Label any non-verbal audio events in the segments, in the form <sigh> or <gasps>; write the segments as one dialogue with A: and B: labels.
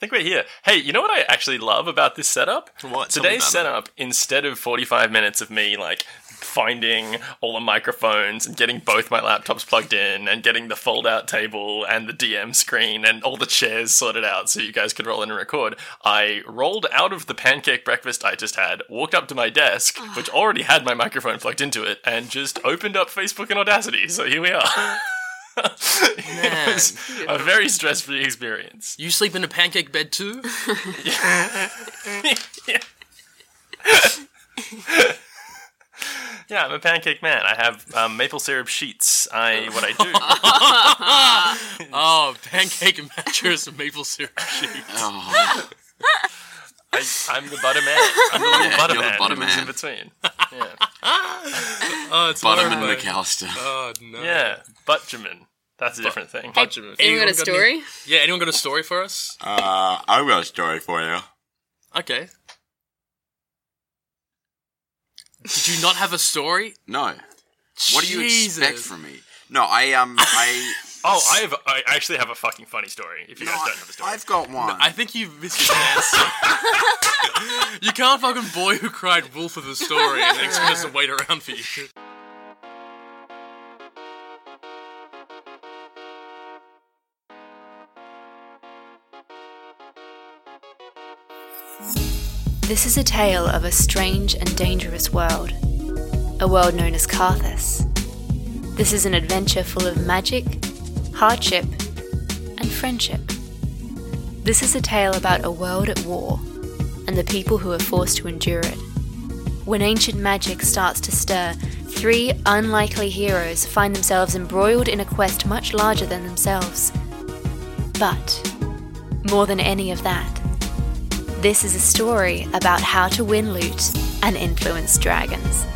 A: think we're here. Hey, you know what I actually love about this setup?
B: What? Tell me
A: Today's
B: about it.
A: setup, instead of 45 minutes of me like finding all the microphones and getting both my laptops plugged in and getting the fold out table and the DM screen and all the chairs sorted out so you guys could roll in and record, I rolled out of the pancake breakfast I just had, walked up to my desk,
B: Ah.
A: which already had my microphone plugged into it, and just opened up Facebook and Audacity. So here we
B: <laughs>
A: are. <laughs> it was a very stress free experience.
B: You sleep in a pancake bed <laughs> too?
A: Yeah, I'm a pancake man. I have um, maple syrup sheets. I what I do.
B: Oh, pancake mattress and maple syrup.
C: <laughs> Oh,
A: I, I'm the butter man. I'm the little
C: Yeah,
A: butter
C: <laughs> you're the
A: man.
C: butter
A: who lives
C: man.
A: in between.
C: <laughs>
B: Oh, it's
C: Butterman
B: horrible.
C: McAllister.
B: <laughs> Oh, no.
A: Yeah, butjamin. That's a different thing.
B: Bunch of them.
D: Anyone got a
B: any-
D: story?
B: yeah, anyone got a story for us?
C: Uh, I've got a story for you.
B: Okay. Did you not have a story?
C: No. What do you expect
B: Jesus.
C: from me? No, I um, I
A: Oh, I have. I actually have a fucking funny story. If you guys don't have a story,
C: I've got one.
B: I think you missed your <laughs> chance. you can't fucking boy who cried wolf of the story and then expect us to wait around for you.
E: This is a tale of a strange and dangerous world, a world known as Carthus. This is an adventure full of magic, hardship, and friendship. This is a tale about a world at war and the people who are forced to endure it. When ancient magic starts to stir, three unlikely heroes find themselves embroiled in a quest much larger than themselves. But, more than any of that, this is a story about how to win loot and influence dragons.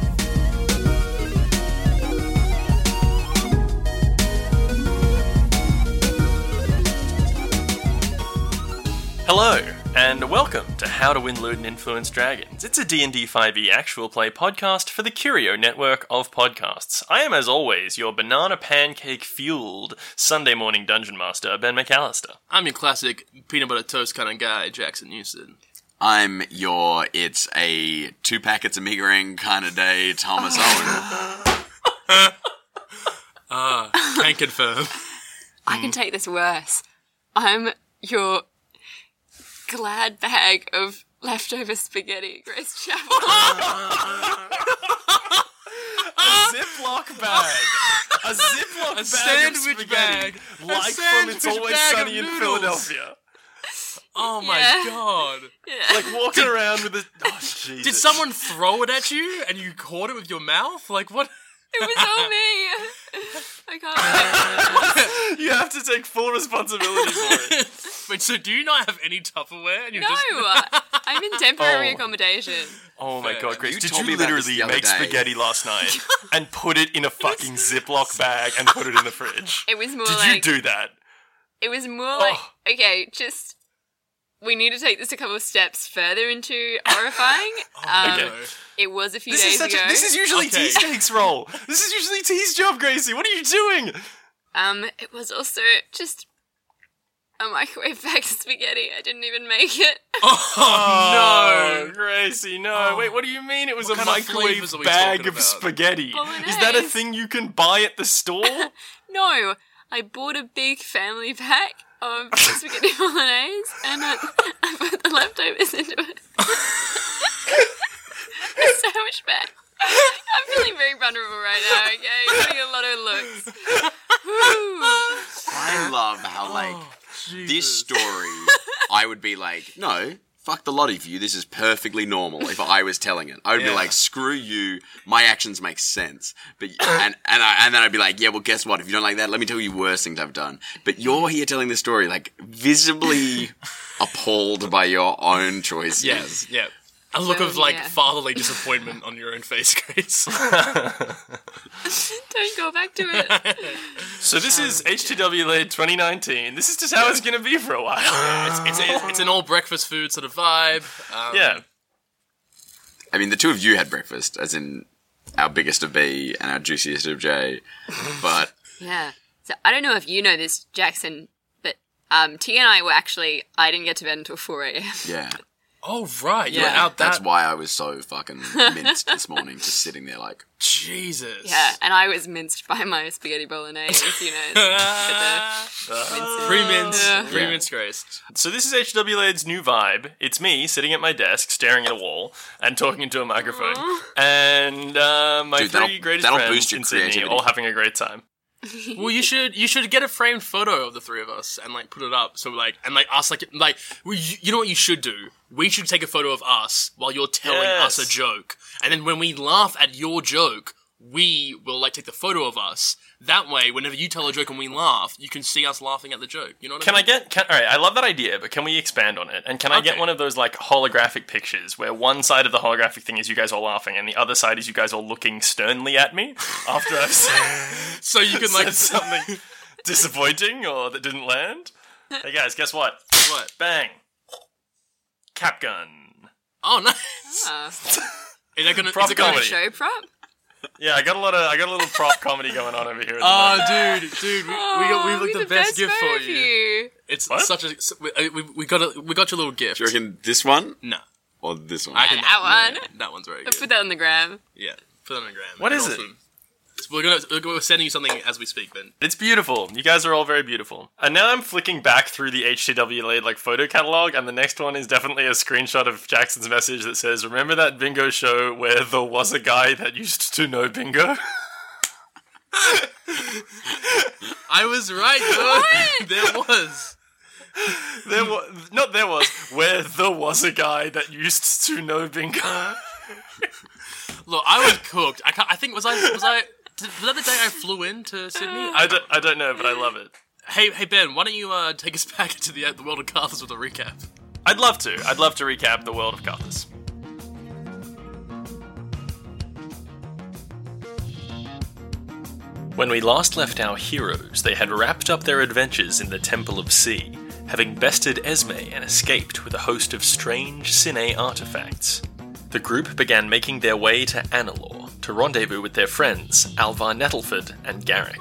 A: Hello and welcome to How to Win Loot and Influence Dragons. It's a D&D 5e E actual play podcast for the Curio network of podcasts. I am as always your banana pancake fueled Sunday morning dungeon master Ben McAllister.
B: I'm your classic peanut butter toast kind of guy, Jackson Houston.
C: I'm your it's a two packets of meagering kind of day, Thomas Owen.
B: Can confirm.
D: I
A: Hmm.
D: can take this worse. I'm your glad bag of leftover spaghetti, Grace Chapel. <laughs>
A: Ziploc bag. A Ziploc bag.
B: sandwich
A: of spaghetti,
B: bag. A
A: Like from
B: sandwich
A: It's Always
B: bag of
A: Sunny in
B: noodles.
A: Philadelphia.
B: Oh my
D: Yeah.
B: god.
A: Like walking around with a. Oh, Jesus.
D: <laughs>
B: Did someone throw it at you and you caught it with your mouth? Like what?
D: it was all me.
A: <laughs>
D: I can't.
A: You have to take full responsibility for it.
B: Wait, so do you not have any Tupperware? And you're
D: No,
B: just
D: I'm in temporary
A: Oh.
D: accommodation.
A: Oh my god, Grace!
C: You
A: Did
C: told
A: you
C: me about this
A: literally
C: the other
A: make
C: day.
A: spaghetti last night and put it in a fucking Ziploc bag and put it in the fridge?
D: It was more
A: Did
D: like
A: you do Oh. that?
D: it was more like okay, just we need to take this a couple of steps further into horrifying.
A: <laughs>
D: um,
A: okay.
D: It was a few
A: This
D: days
A: is such.
D: ago.
A: A, this is usually
B: Okay.
A: T Snake's role. This is usually T's job, Gracie. What are you doing?
D: Um, it was also just a microwave bag of spaghetti. I didn't even make it. <laughs>
B: Oh,
A: No, Gracie, no. Wait, Oh. what do you mean it was
B: What
A: a
B: kind of
A: microwave
B: flavours are we
A: bag
B: talking
A: of
B: about?
A: spaghetti?
D: Bolognese.
A: Is that a thing you can buy at the store?
D: No, I bought a big family pack of spaghetti bolognese and I, I put the leftovers into it. <laughs> a sandwich bag. I'm feeling very vulnerable right now, okay? I'm getting a lot of looks. Whew.
C: I love how like
B: no.
C: this story.
B: <laughs>
C: I would be like, no, fuck the lot of you. This is perfectly normal. If I was telling it, I would
B: Yeah.
C: be like, screw you. My actions make sense.
B: <coughs>
C: But and and I, and then I'd be like, yeah, well, guess what? If you don't like that, let me tell you worse things I've done. But you're here telling this story like
B: <laughs>
C: visibly appalled by your own choices.
B: Yes, yeah. A look
D: Well,
B: of like
D: yeah.
B: fatherly disappointment on your own face, Grace.
D: Don't go back to it.
A: so this is HTW Late 2019. This is just how it's going to be for a while.
B: it's, a, it's an all breakfast food sort of vibe. Um,
A: <laughs> yeah.
C: I mean, the two of you had breakfast, as in our biggest of B and our juiciest of J. But
D: Yeah. So I don't know if you know this, Jackson, but Um, T and I were actually, I didn't get to bed until 4 a.m.
C: Yeah.
B: Oh right, you were
D: Yeah.
B: out that.
C: That's why I was so fucking minced this morning, just sitting there like,
B: Jesus.
D: Yeah, and I was minced by my spaghetti bolognese, you know.
B: Pre mints,
D: Yeah.
B: pre mints, Grace.
A: So this is HW Lade's new vibe. It's me sitting at my desk, staring at a wall, and talking into a microphone, and uh, my
C: Dude,
A: 3
C: that'll-
A: greatest
C: that'll
A: friends
C: boost your
A: in Sydney,
C: creativity.
A: all having a great time.
B: Well, you should you should get a framed photo of the three of us and like put it up. So like and like us like like we, you, you know what you should do. We should take a photo of us while you're telling
A: Yes.
B: us a joke, and then when we laugh at your joke, we will like take the photo of us. That way, whenever you tell a joke and we laugh, you can see us laughing at the joke. You know what
A: Can
B: I
A: I
B: mean?
A: get? Can, all right, I love that idea, but can we expand on it? And can I get
B: Okay.
A: one of those like holographic pictures where one side of the holographic thing is you guys all laughing, and the other side is you guys all looking sternly at me after I've
B: <laughs>
A: said,
B: so you
A: <laughs>
B: can like
A: said something disappointing or that didn't land? Hey guys, guess what?
B: what?
A: Bang! Cap gun.
B: Oh nice.
D: Uh,
B: Is that gonna?
A: Prop
B: is it
D: got
B: gonna
D: a
A: comedy.
D: show prop?
A: Yeah, I got a lot of I got a little prop comedy going on over here. At the moment.
B: Oh, dude, dude, we, we got,
D: Oh,
B: we've
D: we're
B: got the best gift
D: photo
B: for
D: of
B: you. It's
A: What?
B: such a we, we, we got a, we got your little gift.
C: do you reckon this one
B: No,
C: or this one?
B: I can-
D: That one.
B: <laughs> that one's very
D: Put
B: good.
D: that on the gram.
B: Yeah, put it on a gram.
A: What
B: And
A: is it?
B: also- So we're gonna we're gonna- we're sending you something as we speak, Ben.
A: It's beautiful. You guys are all very beautiful. And now I'm flicking back through the HTW laid like photo catalog, and the next one is definitely a screenshot of Jackson's message that says, "Remember that bingo show where there was a guy that used to know bingo." <laughs>
B: I was right. Though. <laughs> there was.
A: there was not there was where there was a guy that used to know bingo.
B: Look, I was cooked. I can't, I think was I was I did- was that the day I flew in to Sydney?
A: <laughs> I don't, I don't know, but I love it.
B: hey hey Ben, why don't you uh, take us <laughs> back to the uh, the world of Carthus with a recap?
A: I'd love to. I'd love to recap the world of Carthus. When we last left our heroes, they had wrapped up their adventures in the Temple of Sea, having bested Esme and escaped with a host of strange Cine artifacts. The group began making their way to Annalore to rendezvous with their friends Alvar Nettleford and Garrick.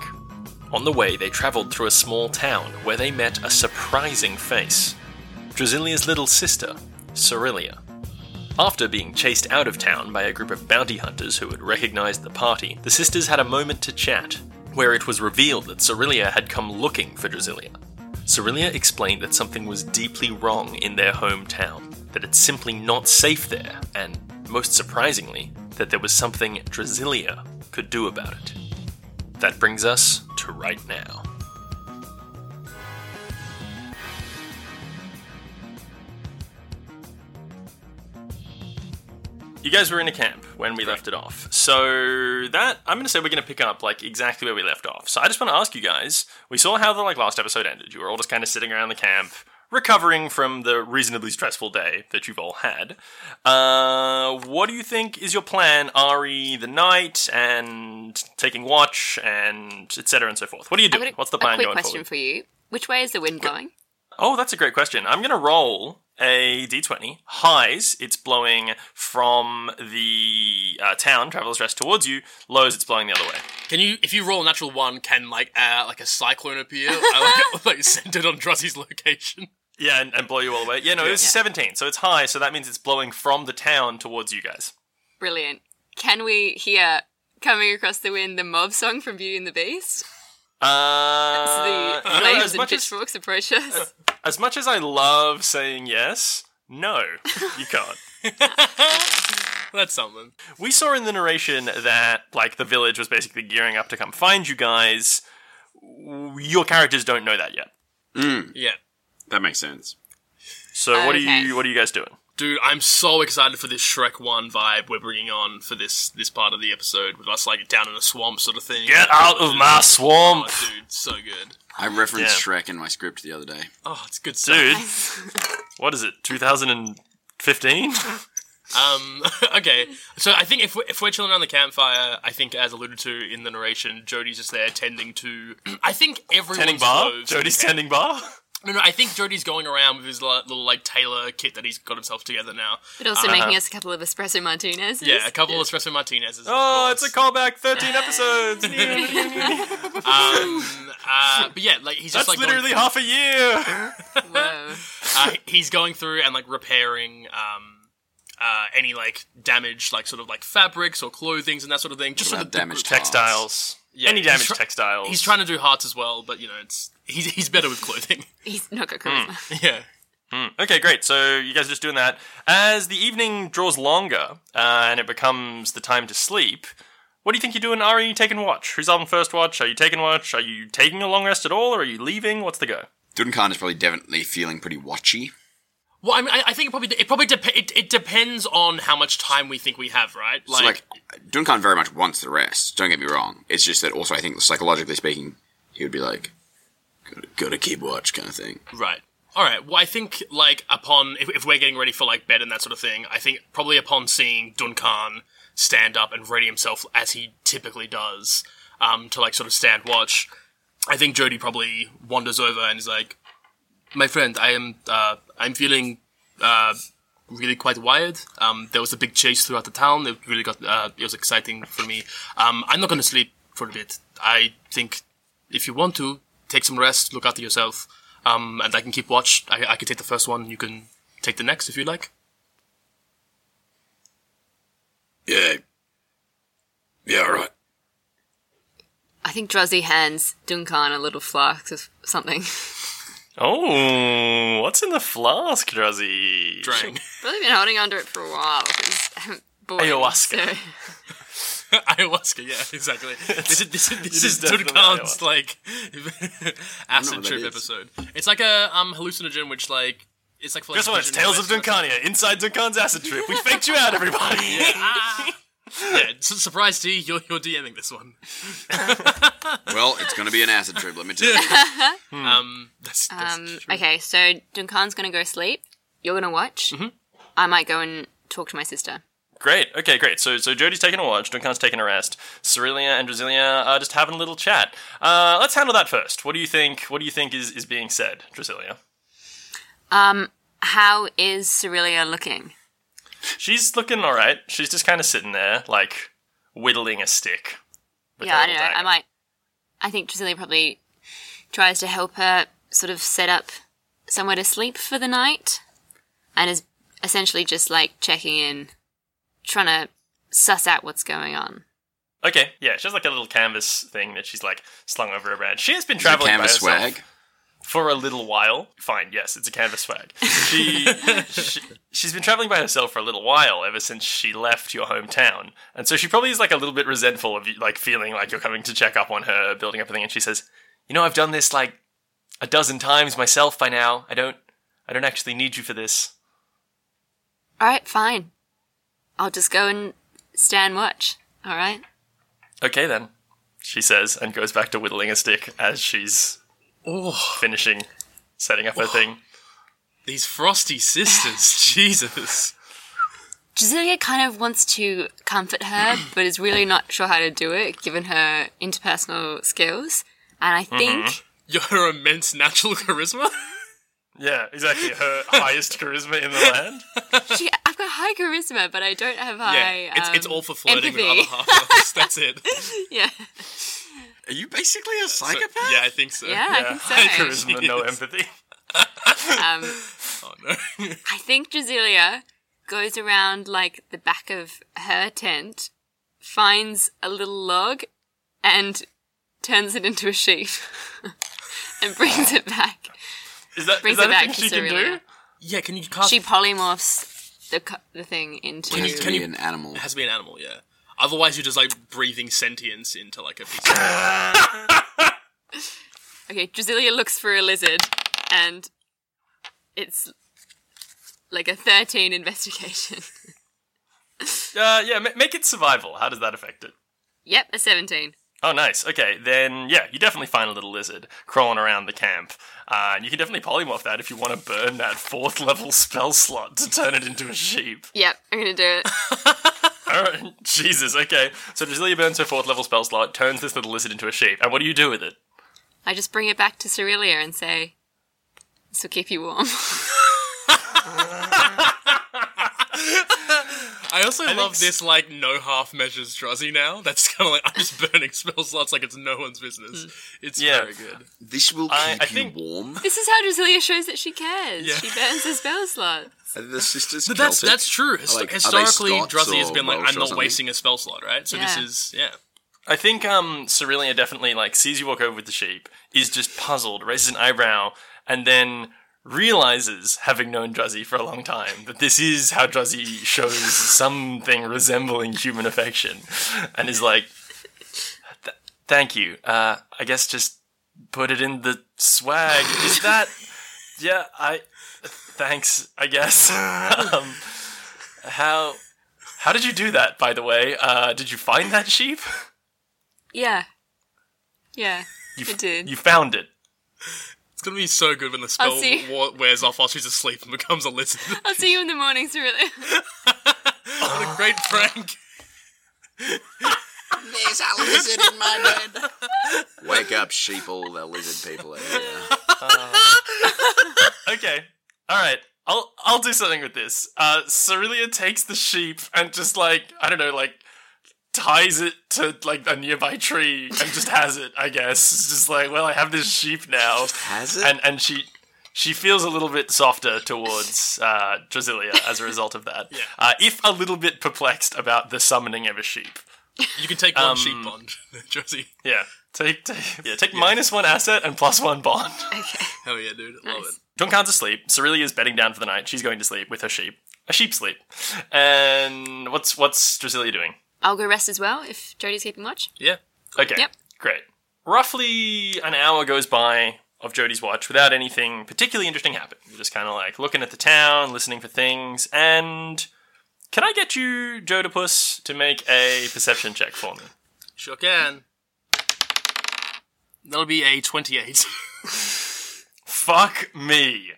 A: On the way, they travelled through a small town where they met a surprising face. Drusilia's little sister, Cerelia. After being chased out of town by a group of bounty hunters who had recognized the party, the sisters had a moment to chat, where it was revealed that Cerelia had come looking for Drusilla. Cerelia explained that something was deeply wrong in their hometown, that it's simply not safe there, and, most surprisingly, that there was something Drusilla could do about it. That brings us to right now. You guys were in a camp when we left it off. So that I'm going to say we're going to pick up like exactly where we left off. So I just want to ask you guys, we saw how the like last episode ended. You were all just kind of sitting around the camp recovering from the reasonably stressful day that you've all had. Uh what do you think is your plan Ari the night and taking watch and etc and so forth. What are you
D: I've got
A: doing? What's the plan
D: a quick
A: going
D: question
A: forward?
D: for you. Which way is the wind blowing?
A: Oh, that's a great question. I'm going to roll a d20. Highs, it's blowing from the uh, town, Traveler's Rest, towards you. Lows, it's blowing the other way.
B: Can you if you roll a natural one? Can like uh, like a cyclone appear? I like, <laughs> like centered on Drusy's location.
A: Yeah, and, and blow you all away. Yeah, no, it was
D: Yeah.
A: 17, so it's high, so that means it's blowing from the town towards you guys.
D: Brilliant. Can we hear coming across the wind the mob song from Beauty and the Beast?
A: Uh,
D: The
A: you know,
D: flames
A: as,
D: and
A: much as,
D: pitchforks approach us.
A: as much as I love saying yes, no,
D: <laughs>
A: you can't.
B: That's something.
A: we saw in the narration that like the village was basically gearing up to come find you guys. Your characters don't know that yet.
B: Yeah.
C: that makes sense.
A: So what are
D: Okay.
A: you what are you guys doing?
B: Dude, I'm so excited for this Shrek One vibe we're bringing on for this this part of the episode with us like down in a swamp sort of thing.
A: Get out of my swamp,
B: Oh, dude, so good.
C: I referenced
A: Yeah.
C: Shrek in my script the other day.
B: Oh, it's good stuff. <laughs>
A: dude. What is it? 2015?
B: Um, <laughs> okay, so I think if we're, if we're chilling around the campfire, I think as alluded to in the narration, Jody's just there tending to. <clears throat> I think everyone's
A: Tending bar?
B: loaves- <laughs>
A: Jody's tending bar?
B: No, no, I think Jody's going around with his li- little like tailor kit that he's got himself together now.
D: But also
A: Uh-huh.
D: making us a couple of espresso martinis.
B: Yeah, a couple of espresso martinezes. of
A: Oh,
B: course.
A: it's a callback. Thirteen
B: <laughs>
A: episodes.
B: Um, uh, but yeah, like he's
A: That's
B: just like going-
A: literally half a year.
D: Whoa.
A: <laughs>
B: uh, he's going through and like repairing um, uh, any like damaged like sort of like fabrics or clothings and that sort of thing. Just
C: What
B: sort
C: about
B: of the-
C: damaged
A: Textiles. Any
B: he's
A: damaged
B: try-
A: textiles.
B: He's trying to do hearts as well, but you know it's he's he's better with
A: <laughs>
B: clothing. <laughs>
D: He's not
A: Hmm.
D: got charisma.
B: yeah.
A: Okay, great. So you guys are just doing that. As the evening draws longer uh, and it becomes the time to sleep, what do you think you do in Ari taking watch? Who's on first watch? Are you taking watch? Are you taking a long rest at all, or are you leaving? What's the go?
C: Duncan is probably definitely feeling pretty watchy.
B: Well, I mean, I, I think it probably it probably dep- it, it depends on how much time we think we have, right? Like,
C: So, like, Duncan very much wants the rest. Don't get me wrong. It's just that also I think psychologically speaking, he would be like, gotta, gotta keep watch kind of thing.
B: right. All right. Well, I think like upon if, if we're getting ready for like bed and that sort of thing, I think probably upon seeing Duncan stand up and ready himself as he typically does um, to like sort of stand watch, I think Jody probably wanders over and is like, "My friend, I am uh, I'm feeling uh, really quite wired. Um, there was a big chase throughout the town. It really got uh, it was exciting for me. Um, I'm not going to sleep for a bit. I think if you want to take some rest, look after yourself, um, and I can keep watch. I, I can take the first one. You can take the next if you like.
C: Yeah. Yeah, alright.
D: I think Drozzy hands Duncan a little flask of something.
A: Oh, what's in the flask, Druzzy?
B: Drang.
D: Really been holding onto it for a while. 'cause I'm bored,
A: Ayahuasca.
B: <laughs>
D: so-
B: ayahuasca. Yeah,
A: <laughs>
B: exactly. This is this is, this
A: is
B: is
A: definitely <laughs>
B: Duncan's like
C: know
B: acid
C: what that
B: trip
C: is.
B: episode. It's like a um hallucinogen, which like it's like for, like
A: Guess what? It's
B: vision
A: Tales of
B: quest.
A: Duncania, inside Duncan's acid trip. We faked you out, everybody.
D: <laughs>
B: ah! <laughs> Yeah, su- surprise D, you're you're DMing this one. <laughs>
C: Well, it's gonna be an acid trip, let me tell you.
B: Um, that's, that's
D: Um,
B: true.
D: okay, so Duncan's gonna go sleep. You're gonna watch. I might go and talk to my sister.
A: Great. Okay, great. So so Jody's taking a watch, Duncan's taking a rest. Cerelia and Drasilia are just having a little chat. Uh, let's handle that first. What do you think? What do you think is, is being said, Drasilia?
D: Um, How is Cerelia looking?
A: She's looking all right. She's just kind of sitting there, like whittling a stick. with
D: yeah,
A: her
D: I don't know.
A: little
D: I
A: dagger.
D: might. I think Drusilla probably tries to help her sort of set up somewhere to sleep for the night, and is essentially just like checking in, trying to suss out what's going on.
A: Okay, yeah, she has like a little canvas thing that she's like slung over her head. She has been
C: Is it
A: traveling by
C: canvas
A: herself
C: swag.
A: for a little while. Fine, yes, it's a canvas swag. She, she she's been traveling by herself for a little while ever since she left your hometown, and so she probably is like a little bit resentful of you, like feeling like you're coming to check up on her, building up a thing. And she says, "You know, I've done this like a dozen times myself by now. I don't, I don't actually need you for this."
D: All right, fine. I'll just go and stand watch. All right.
A: Okay then, she says, and goes back to whittling a stick as she's finishing setting up her thing.
B: oh, These frosty sisters, Jesus.
D: Drusilla kind of wants to
B: <clears throat>
D: comfort her, but is really not sure how to do it given her interpersonal skills. And I think
B: Your immense natural charisma? <laughs>
A: Yeah, exactly. Her highest charisma in the land.
D: she, I've got high charisma, but I don't have high.
B: Mm-hmm. yeah, it's, it's
D: um,
B: all for flirting
D: empathy.
B: with other <laughs> half That's it.
D: <laughs> Yeah.
C: Are you basically a
B: So-
C: psychopath?
B: yeah, I think so.
D: Yeah,
A: Yeah, high
D: I think so.
A: charisma, no empathy.
D: Um,
B: Oh, no. <laughs>
D: I think Drasilia goes around like the back of her tent, finds a little log, and turns it into a sheaf, <laughs> and brings it back.
A: Is that, is
D: Brings
A: that a
D: it back
A: thing
D: to
A: she can do?
D: Cerealia.
B: yeah, can you cast.
D: She polymorphs the cu- the thing into.
C: It has to
B: can
C: be
B: you-
C: an animal.
B: It has to be an animal, yeah. Otherwise, you're just like breathing sentience into like a piece of.
D: Okay, Drasilia looks for a lizard, and it's like a thirteen investigation. <laughs>
A: Uh, yeah, ma- make it survival. How does that affect it?
D: yep, a seventeen.
A: Oh, nice. Okay, then yeah, you definitely find a little lizard crawling around the camp. Uh, and you can definitely polymorph that if you want to burn that fourth <laughs> level spell slot to turn it into a sheep. <laughs>
D: Yep, I'm gonna
B: <laughs>
D: do it.
A: All right, Jesus. Okay, so Drasilia burns her fourth level spell slot, turns this little lizard into a sheep, and what do you do with it?
D: I just bring it back to Cerelia and say, This will keep you warm.
B: <laughs> I also love
A: s-
B: this like no half measures Druzzy now. That's kind of like I'm just burning spell slots like it's no one's business. It's
A: Yeah.
B: very good.
C: This will keep
A: I- I
C: you
A: think-
C: warm.
D: this is how Drasilia shows that she cares.
B: Yeah.
D: She burns her spell slots.
C: Are the sisters
B: But that's
C: Celtic?
B: that's true. Histo-
C: Like, are they
B: historically,
C: Scots
B: Druzzy has
C: or
B: been like,
C: Welsh
B: I'm
C: or
B: not
C: something?"
B: wasting a spell slot, right? So this
D: Yeah.
B: is yeah.
A: I think um Cerelia definitely like sees you walk over with the sheep, is just puzzled, raises an eyebrow, and then realizes, having known Druzzy for a long time, that this is how Druzzy shows something resembling human affection, and is like, "Th- "Thank you. Uh, I guess just put it in the swag. Is that? Yeah, I. Thanks. I guess. um, how? How did you do that, by the way? Uh, did you find that sheep?
D: Yeah. Yeah.
A: You,
D: I did.
A: You found it.
B: It's gonna be so good when the spell
D: see.
B: wa- wears off while she's asleep and becomes a lizard.
D: I'll see you in the morning, Cerelia.
B: <laughs> what a
C: <sighs>
B: great prank!
C: There's a lizard in my bed. Wake up, sheeple. The lizard people are here.
A: Okay. All right. I'll I'll do something with this. Uh, Cerelia takes the sheep and just like I don't know, like ties it to like a nearby tree and just has it. I guess it's just like, well, I have this sheep now,
C: Has it?
A: and and she. She feels a little bit softer towards uh, Drasilia as a result of that, uh, if a little bit perplexed about the summoning of a sheep.
B: You can take one sheep <laughs> bond, Druzzy.
A: Yeah, take take, yeah, take minus one asset and plus one bond.
D: okay.
B: Hell yeah, dude, love it.
A: Duncan's asleep. Cerelia is bedding down for the night. She's going to sleep with her sheep. A sheep sleep. And what's what's Drasilia doing?
D: <laughs> I'll go rest as well if Jody's keeping watch.
B: Yeah,
A: Okay.
D: Yep.
A: Great. Roughly an hour goes by of Jody's watch without anything particularly interesting happening. You're just kind of like looking at the town, listening for things, and can I get you, Jodopus, to make a perception check for me?
B: sure can. That'll be a twenty-eight.
A: Fuck me.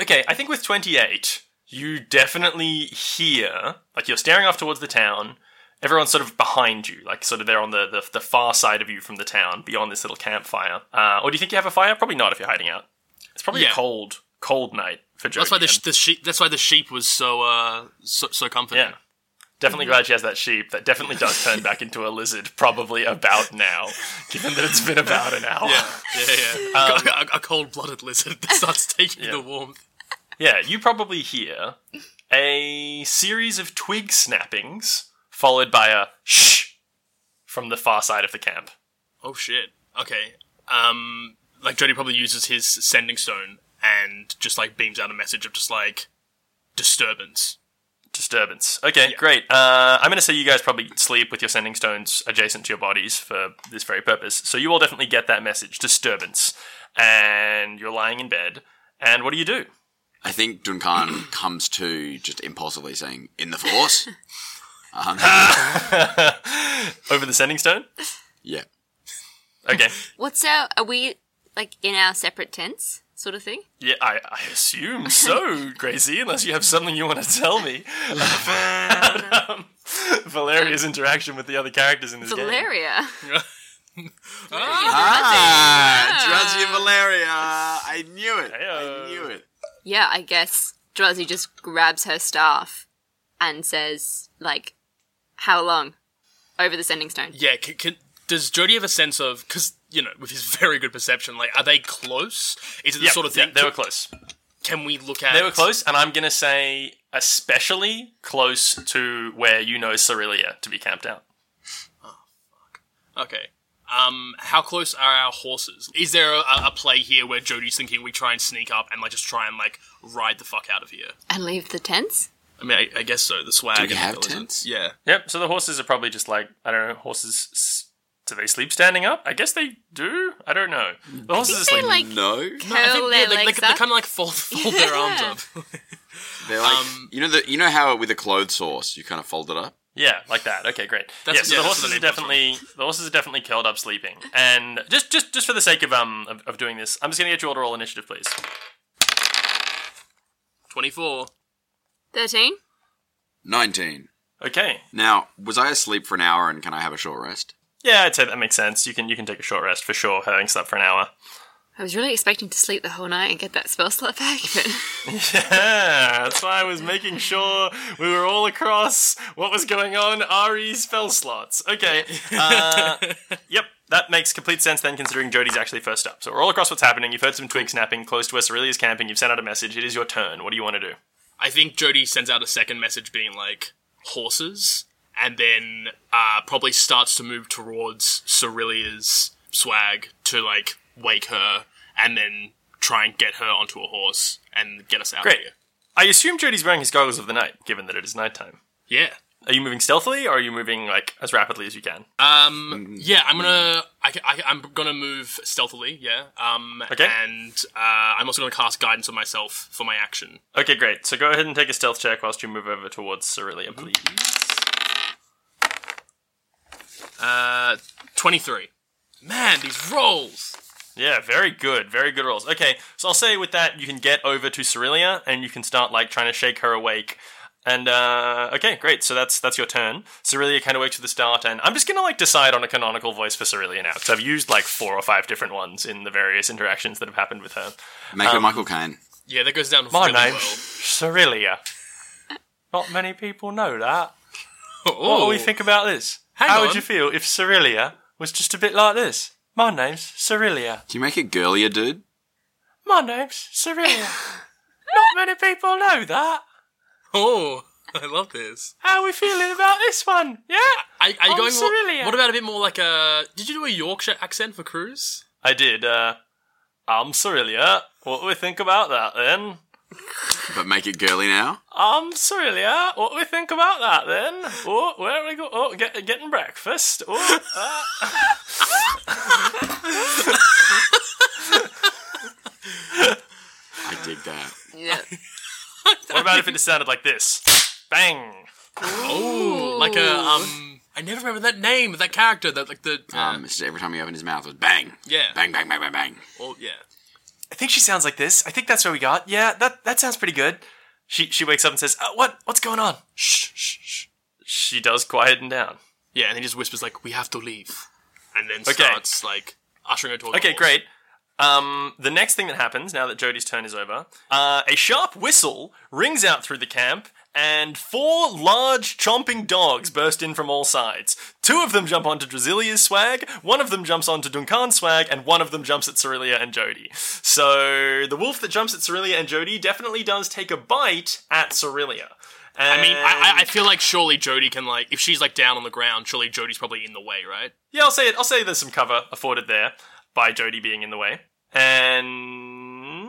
A: Okay, I think with 28, you definitely hear, like, you're staring off towards the town. Everyone's sort of behind you, like, sort of they're on the, the, the far side of you from the town, beyond this little campfire. Uh, or do you think you have a fire? Probably not if you're hiding out. It's probably
B: Yeah.
A: a cold, cold night for Jodie.
B: That's why the, <laughs>
A: and-
B: sh- the sheep. That's why the sheep was so uh so, so comforting.
A: Yeah. Definitely glad she has that sheep. That definitely does turn back into a lizard, probably about now, given that it's been about an hour.
B: <laughs> Yeah, yeah, yeah. <laughs> a, a- a cold-blooded lizard that <laughs> starts taking the warmth.
A: Yeah, you probably hear a series of twig snappings followed by a shh from the far side of the camp.
B: Oh shit. Okay. Um, like Jody probably uses his sending stone and just like beams out a message of just like disturbance.
A: Disturbance. Okay, great. Uh, I'm going to say you guys probably sleep with your sending stones adjacent to your bodies for this very purpose. So you all definitely get that message disturbance. And you're lying in bed. And what do you do?
C: I think Duncan <coughs> comes to just impulsively saying, "In the <laughs> force." Um,
A: Over the sending stone?
C: yeah.
A: Okay.
D: What's our. Are we, like, in our separate tents, sort of thing?
A: Yeah, I, I assume so, Gracie, unless you have something you want to tell me <laughs> about um, Valeria's interaction with the other characters in this game.
D: Valeria.
C: Ah, Drazia Valeria. I knew it.
A: Heyo.
C: I knew it.
D: Yeah, I guess Drowsy just grabs her staff and says, like, how long? Over the sending stone.
B: Yeah. Can, can, does Jody have a sense of because you know with his very good perception, like are they close? Is it the
A: Yeah,
B: sort of thing?
A: yeah, they were close.
B: can we look at?
A: They were close, and I'm going to say especially close to where you know Cerelia to be camped out.
B: Okay. Um, how close are our horses? Is there a, a play here where Jody's thinking we try and sneak up and like just try and like ride the fuck out of here?
D: And leave the tents?
B: I mean, I, I guess so. The swag.
C: Do we
B: and the
C: have
B: lizards.
C: tents?
B: Yeah.
A: Yep, so the horses are probably just like, I don't know, horses. S- do they sleep standing up? I guess they do. I don't know. The horses are
D: They,
A: sleeping.
D: like,
C: No,
B: I
D: curl
B: yeah,
D: Oh, their
B: they,
D: legs
B: they,
D: up.
B: kind of like fold, fold
D: <laughs>
B: their arms
D: Yeah.
B: up. <laughs>
C: they're like
B: Um,
C: you know the you know how with a clothes horse you kind of fold it up.
A: Yeah, like that. Okay, great.
B: That's-
A: yeah, so
B: yeah,
A: the
B: that's
A: horses
B: what
A: are
B: they put
A: definitely the horses are definitely curled up sleeping. And just just just for the sake of um of, of doing this, I'm just gonna get you all to roll initiative, please.
B: 24.
D: 13?
C: Nineteen.
A: Okay.
C: Now, was I asleep for an hour and can I have a short rest?
A: Yeah, I'd say that makes sense. You can you can take a short rest for sure, having slept for an hour. <laughs>
D: I was really expecting to sleep the whole night and get that spell slot back, but
A: Yeah, that's why I was making sure we were all across what was going on. Re spell slots.
B: <laughs>
A: Okay. Uh, <laughs> yep, that makes complete sense then, considering Jody's actually first up. So we're all across what's happening. You've heard some twig snapping close to us. Aurelia's camping. You've sent out a message. It is your turn. What do you want to do?
B: I think Jody sends out a second message being like horses, and then uh, probably starts to move towards Cerilia's swag to like wake her, and then try and get her onto a horse and get us out
A: Great.
B: of here.
A: I assume Jody's wearing his goggles of the night, given that it is nighttime.
B: Yeah.
A: Are you moving stealthily, or are you moving like as rapidly as you can?
B: Um. Yeah, I'm gonna. I, ca- I, am gonna move stealthily. Yeah. Um.
A: Okay.
B: And uh, I'm also gonna cast guidance on myself for my action.
A: Okay, great. So go ahead and take a stealth check whilst you move over towards Cerelia, please.
B: Uh, twenty three. Man, these rolls.
A: Yeah, very good, very good rolls. Okay, so I'll say with that, you can get over to Cerelia and you can start like trying to shake her awake. And uh, okay, great. So that's that's your turn. Cerelia kind of wakes to the start, and I'm just gonna like decide on a canonical voice for Cerelia now because I've used like four or five different ones in the various interactions that have happened with her.
C: Make
B: Um,
C: it Michael Caine.
B: Yeah, that goes down
A: My
B: really
A: name's
B: well.
A: Cerelia. Not many people know that. What
B: Oh,
A: do we think about this?
B: Hang
A: How would
B: on.
A: you feel if Cerelia was just a bit like this? My name's Cerelia.
C: Can you make it girlier, dude?
A: My name's
B: <laughs>
A: Cerelia. Not many people know that.
B: Oh, <laughs> I love this.
A: How are we feeling about this one? Yeah?
B: Are, are you
A: I'm
B: going? More,
A: Cerelia.
B: what about a bit more like a? Did you do a Yorkshire accent for Cruz?
A: I did, uh I'm Cerelia. What do we think about that then?
C: But make it girly now.
A: I'm Cerelia. What do we think about that then? Oh, where are we go? Oh, get, getting breakfast.
B: <laughs>
A: Oh, uh,
C: I dig <laughs> that.
D: <laughs> yeah. <laughs>
A: what about if it just sounded like this? Bang.
B: Oh, like a um. I never remember that name, of that character, that like the
A: Ah.
B: uh,
C: Um, it's just every time he opened his mouth, it was bang,
B: Yeah.
C: bang, bang, bang, bang, bang.
B: oh yeah.
A: I think she sounds like this. I think that's what we got. Yeah, that that sounds pretty good. She she wakes up and says, uh, "What what's going on?"
B: Shh, shh, shh.
A: She does quieten down.
B: Yeah, and he just whispers like, "We have to leave," and then
A: Okay.
B: starts like ushering her towards. the
A: Okay,
B: horse.
A: great. Um, the next thing that happens now that Jody's turn is over, uh, a sharp whistle rings out through the camp, and four large chomping dogs burst in from all sides. Two of them jump onto Drasilia's swag, one of them jumps onto Duncan's swag, and one of them jumps at Cerelia and Jody. So the wolf that jumps at Cerelia and Jody definitely does take a bite at Cerelia.
B: I mean, I, I- I feel like surely Jody can like if she's like down on the ground, surely Jody's probably in the way, right?
A: Yeah, I'll say it. I'll say there's some cover afforded there by Jody being in the way, and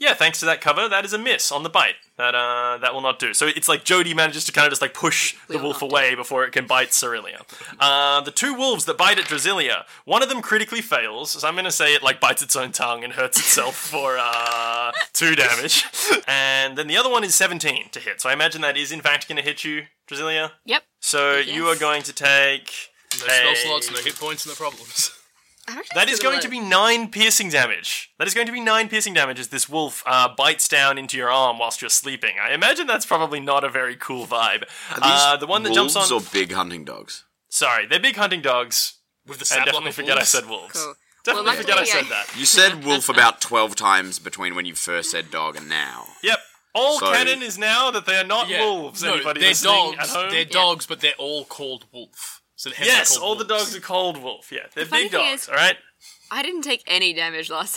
A: yeah, thanks to that cover, that is a miss on the bite. That uh, that will not do. So it's like Jody manages to kind of just like push the
D: Will
A: wolf
D: not
A: away before it can bite Cerelia. Uh, the two wolves that bite at Drasilia, one of them critically fails. So I'm gonna say it like bites its own tongue and hurts itself <laughs> for uh, two damage, and then the other one is 17 to hit. So I imagine that is in fact gonna hit you, Drasilia.
D: Yep.
A: So you are
D: Yes.
A: going to take.
B: No spell
A: a-
B: slots, no hit points, no problems. <laughs>
D: I reckon
A: that
D: it's
A: is
D: gonna
A: going to
D: work.
A: be nine piercing damage. That is going to be nine piercing damage as this wolf uh, bites down into your arm whilst you're sleeping. I imagine that's probably not a very cool vibe. Uh, the one that jumps
C: wolves
A: on.
C: or big hunting dogs.
A: Sorry, they're big hunting dogs.
B: With the
A: And
B: sapling
A: definitely
B: of
A: forget I
B: wolves.
A: said wolves.
D: Cool.
A: Definitely
D: Well,
A: forget I
D: luckily
A: said
D: I-
A: that.
C: You <laughs> said wolf about twelve times between when you first said dog and now.
A: Yep. All
C: So-
A: canon is now that they are not
B: Yeah.
A: wolves.
B: No,
A: anybody
B: they're
A: listening
B: dogs.
A: at home?
B: They're dogs, but they're all called wolf. So hence
A: yes,
B: they're called
A: all the
B: wolves.
A: dogs are called wolf. Yeah, they're
D: funny
A: big
D: thing
A: dogs.
D: is-
A: All right.
D: I didn't take any damage last <laughs>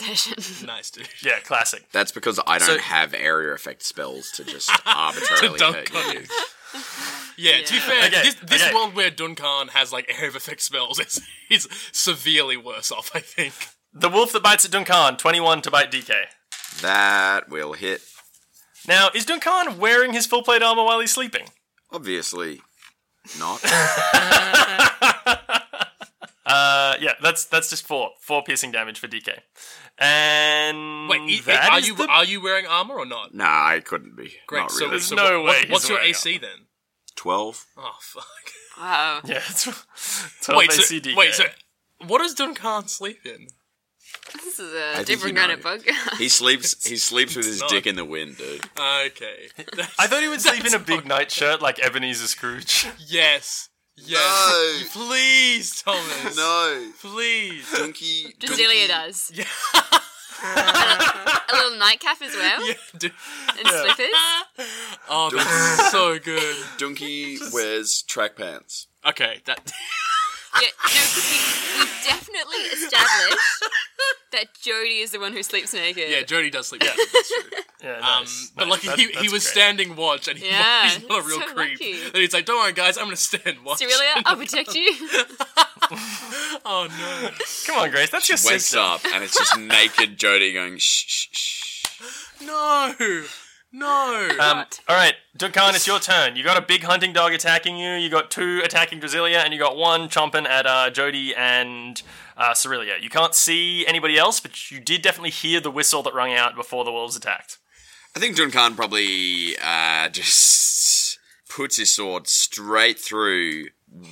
B: <laughs>
D: session.
B: nice, dude.
A: Yeah, classic.
C: That's because I don't
B: So-
C: have area effect spells <laughs> to just arbitrarily
B: dunk
C: hurt
B: on
C: you.
B: Yeah, to be fair,
A: Okay,
B: this, this
A: okay.
B: world where Duncan has like area of effect spells is, <laughs> is severely worse off. I think.
A: The wolf that bites at Duncan, twenty-one to bite DK.
C: That will hit.
A: Now, is Duncan wearing his full plate armor while he's sleeping?
C: Obviously, not. <laughs>
A: Uh, yeah, that's that's just four, four piercing damage for DK. And
B: Wait, i-
A: that
B: are
A: is
B: you
A: the-
B: are you wearing armor or not?
C: nah, I couldn't be.
B: Great.
C: Not
B: So,
C: really.
A: There's
B: so
A: no
B: what-
A: way he's
B: what's your
A: wearing
B: AC then?
C: Twelve.
B: Oh
A: <laughs>
B: fuck.
D: wow.
A: <laughs> yeah,
B: <laughs>
A: it's, it's
B: Wait,
A: they
B: so,
A: see DK.
B: wait, so what does Duncan sleep in?
D: This is
C: I
D: a
C: think
D: different
C: you
D: kind
C: know.
D: of bug. <laughs>
C: He sleeps. <laughs> He sleeps with his
B: not.
C: dick in the wind, <laughs> dude.
B: Okay.
A: <laughs> I thought he would
B: <laughs>
A: sleep in a big nightshirt like Ebenezer Scrooge. <laughs>
B: yes. Yes.
C: No. <laughs>
B: Please, Thomas.
C: No,
B: Please.
C: <laughs>
B: <laughs>
C: Donkey.
D: Drasilia does. a little nightcap
A: <laughs>
D: as well,
B: Dude.
D: and slippers.
B: Oh, that's so good.
C: Donkey wears track pants.
B: Okay, that
D: Yeah, no, we, we've definitely
A: <laughs>
D: established that Jody is the one who sleeps naked.
B: yeah, Jody does sleep. Yeah,
C: <laughs>
B: that's true.
A: Yeah,
B: Um,
A: nice,
B: but
A: nice.
B: lucky
A: That-
B: he, he
A: that's
B: was
A: great.
B: standing watch, and he,
D: Yeah,
B: he's not a real
D: so
B: creep.
D: lucky.
B: And he's like, "Don't worry, guys, I'm gonna stand watch."
D: Cerealia, I'll protect you. <laughs>
B: Oh no!
A: Come on, Grace, that's your
C: Wakes
A: sister.
C: up and it's just naked Jody going shh shh shh.
B: No, no.
A: Um, all right, Duncan, it's your turn. You got a big hunting dog attacking you. You got two attacking Drasilia, and you got one chomping at uh, Jody and uh, Cerealia. You can't see anybody else, but you did definitely hear the whistle that rung out before the wolves attacked.
C: I think Duncan probably uh, just puts his sword straight through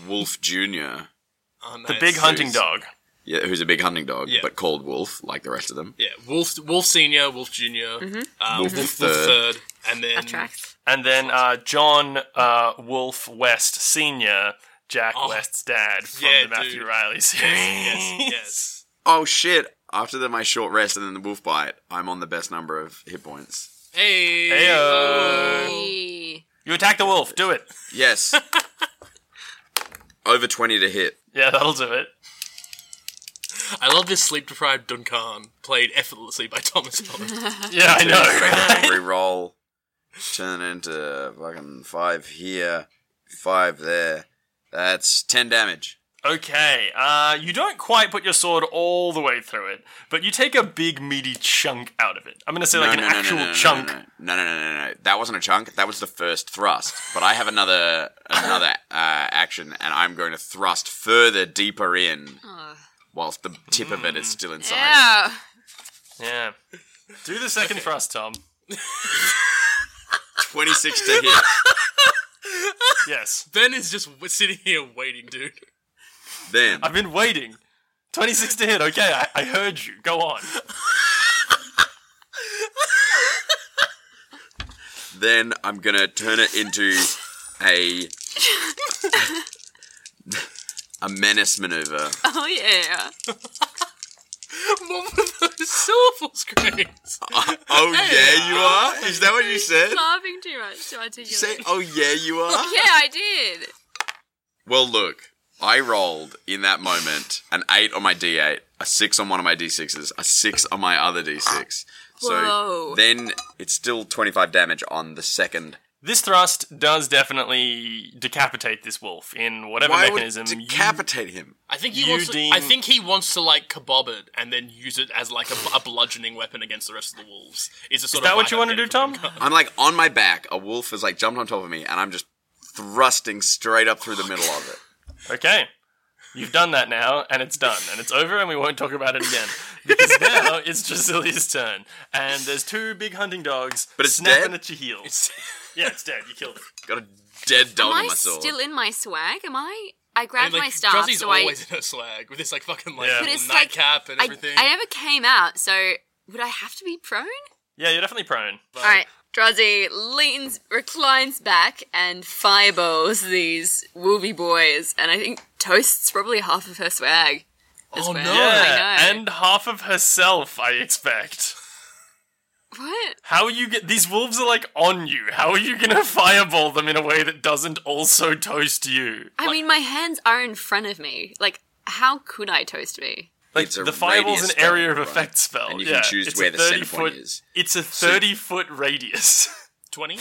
C: Wolf Junior.
B: Oh, no,
A: The
B: it's-
A: big hunting dog.
C: Yeah, who's a big hunting dog,
B: Yeah.
C: but called Wolf, like the rest of them.
B: Yeah, Wolf, Wolf Senior, Wolf Junior,
D: Mm-hmm.
B: um,
C: Wolf
B: Wolf,
C: Third.
B: Wolf Third, and then
D: Tracks.
A: And then uh, John uh, Wolf West Senior, Jack
B: Oh.
A: West's dad from
B: Yeah,
A: the Matthew
B: dude.
A: Riley series.
B: yes, yes.
C: Oh shit! After the, my short rest and then the wolf bite, I'm on the best number of hit points.
B: Hey,
A: Heyo.
D: Hey.
A: <laughs> You attack the wolf. Do it.
C: Yes, over twenty to hit.
A: Yeah, that'll do it.
B: I love this sleep deprived Duncan played effortlessly by Thomas Pollard.
A: Yeah, I know. <laughs>
C: Reroll, turn it into fucking five here, five there. That's ten damage.
A: Okay, uh, you don't quite put your sword all the way through it, but you take a big meaty chunk out of it. I'm gonna say like an actual chunk.
C: No no. no, no, no, no, no. That wasn't a chunk. That was the first thrust. But I
A: <laughs>
C: have another another uh, action, and I'm going to thrust further deeper in,
A: Ah.
C: whilst the tip of it is still inside.
D: Ow.
A: Yeah. Do the second thrust, Tom.
C: Twenty six to
A: <laughs>
C: hit.
A: Yes.
B: ben is just w- sitting here waiting, dude. <laughs>
C: Then
A: I've been waiting. 26 to hit, okay, I, I heard you. Go on.
C: then I'm gonna turn it into
A: <laughs>
C: a a menace maneuver.
D: Oh yeah.
B: What were those syllable screams?
C: <laughs> Oh yeah,
D: uh,
C: you are. Is that what
D: <laughs>
C: you said?
D: Laughing too much to articulate.
C: You say, oh yeah,
D: <laughs>
C: you are.
D: yeah, I did.
C: Well, look, I rolled in that moment an eight on my D8, a six on one of my D6s, a six on my other
D: <gasps>
C: D6. So
D: Whoa.
C: then it's still 25 damage on the second.
A: This thrust does definitely decapitate this wolf in whatever
C: Why would
A: mechanism you-
C: decapitate him?
B: I think he
A: You
B: wants. To,
A: deem-
B: I think he wants to like kabob it and then use it as like a, a bludgeoning weapon against the rest of the wolves. Is, the sort
A: Is that
B: of
A: what you
B: vibe
A: want
B: I'm
A: to do,
B: getting from
A: Tom?
B: Duncan.
C: I'm like on my back. A wolf is like jumped on top of me, and I'm just thrusting straight up through the middle of it.
A: Okay. You've done that now, and it's done, and it's over, and we won't talk about it again.
C: <laughs>
A: Because now it's Drasilia's turn, and there's two big hunting dogs
C: But it's <laughs>
A: snapping
C: dead?
A: at your heels. yeah, it's dead. You killed it.
C: Got a dead dog
D: Am
C: on
D: I
C: my sword.
D: still in my swag? Am I? I
B: I
D: grabbed
B: mean, like,
D: my staff,
B: Drozzy's
D: so I.
B: always in her slag with this like fucking like
A: Yeah.
D: But it's like
B: nightcap and
D: I,
B: everything.
D: I never came out, so would I have to be prone?
A: Yeah, you're definitely prone.
D: All right, Drazi leans, reclines back, and fireballs these wolvy boys, and I think toasts probably half of her swag. as
B: Oh,
D: well.
B: no.
A: Yeah,
D: I know.
A: and half of herself, I expect.
D: what?
A: How are you get these wolves are like on you? How are you gonna <laughs> fireball them in a way that doesn't also toast you?
D: I mean, my hands are in front of me. Like, how could I toast me?
A: Like
C: It's a
A: the fireball's an
C: radius
A: area
C: spell,
A: of
C: right?
A: effect spell.
C: And you can
A: yeah,
C: choose
A: it's
C: where
A: a
C: the center
A: 30 foot-
C: point is.
A: It's a thirty foot radius. <laughs>
B: Twenty.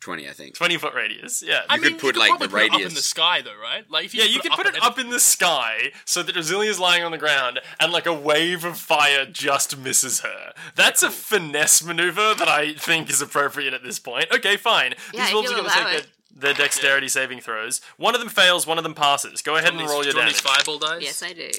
C: 20, I think.
A: Twenty foot radius. Yeah.
B: I
C: could
B: mean,
C: put,
B: you could
C: like,
B: probably
C: the
B: put it up in
C: radius.
B: the sky though, right? Like if you
A: Yeah, you can put it
B: ahead
A: up in the sky so that Rosilia's lying on the ground and like a wave of fire just misses her. That's a finesse maneuver that I think is appropriate at this point. Okay, fine.
D: Yeah,
A: These
D: if
A: wolves are
D: you'll
A: going to
D: allow
A: take
D: it.
A: their, their dexterity saving throws. One of them fails, one of them passes. Go ahead
B: Do you
A: and
B: want
A: roll
B: these-
A: your
B: do you
A: damage.
B: want these fireball dice.
D: Yes, I do.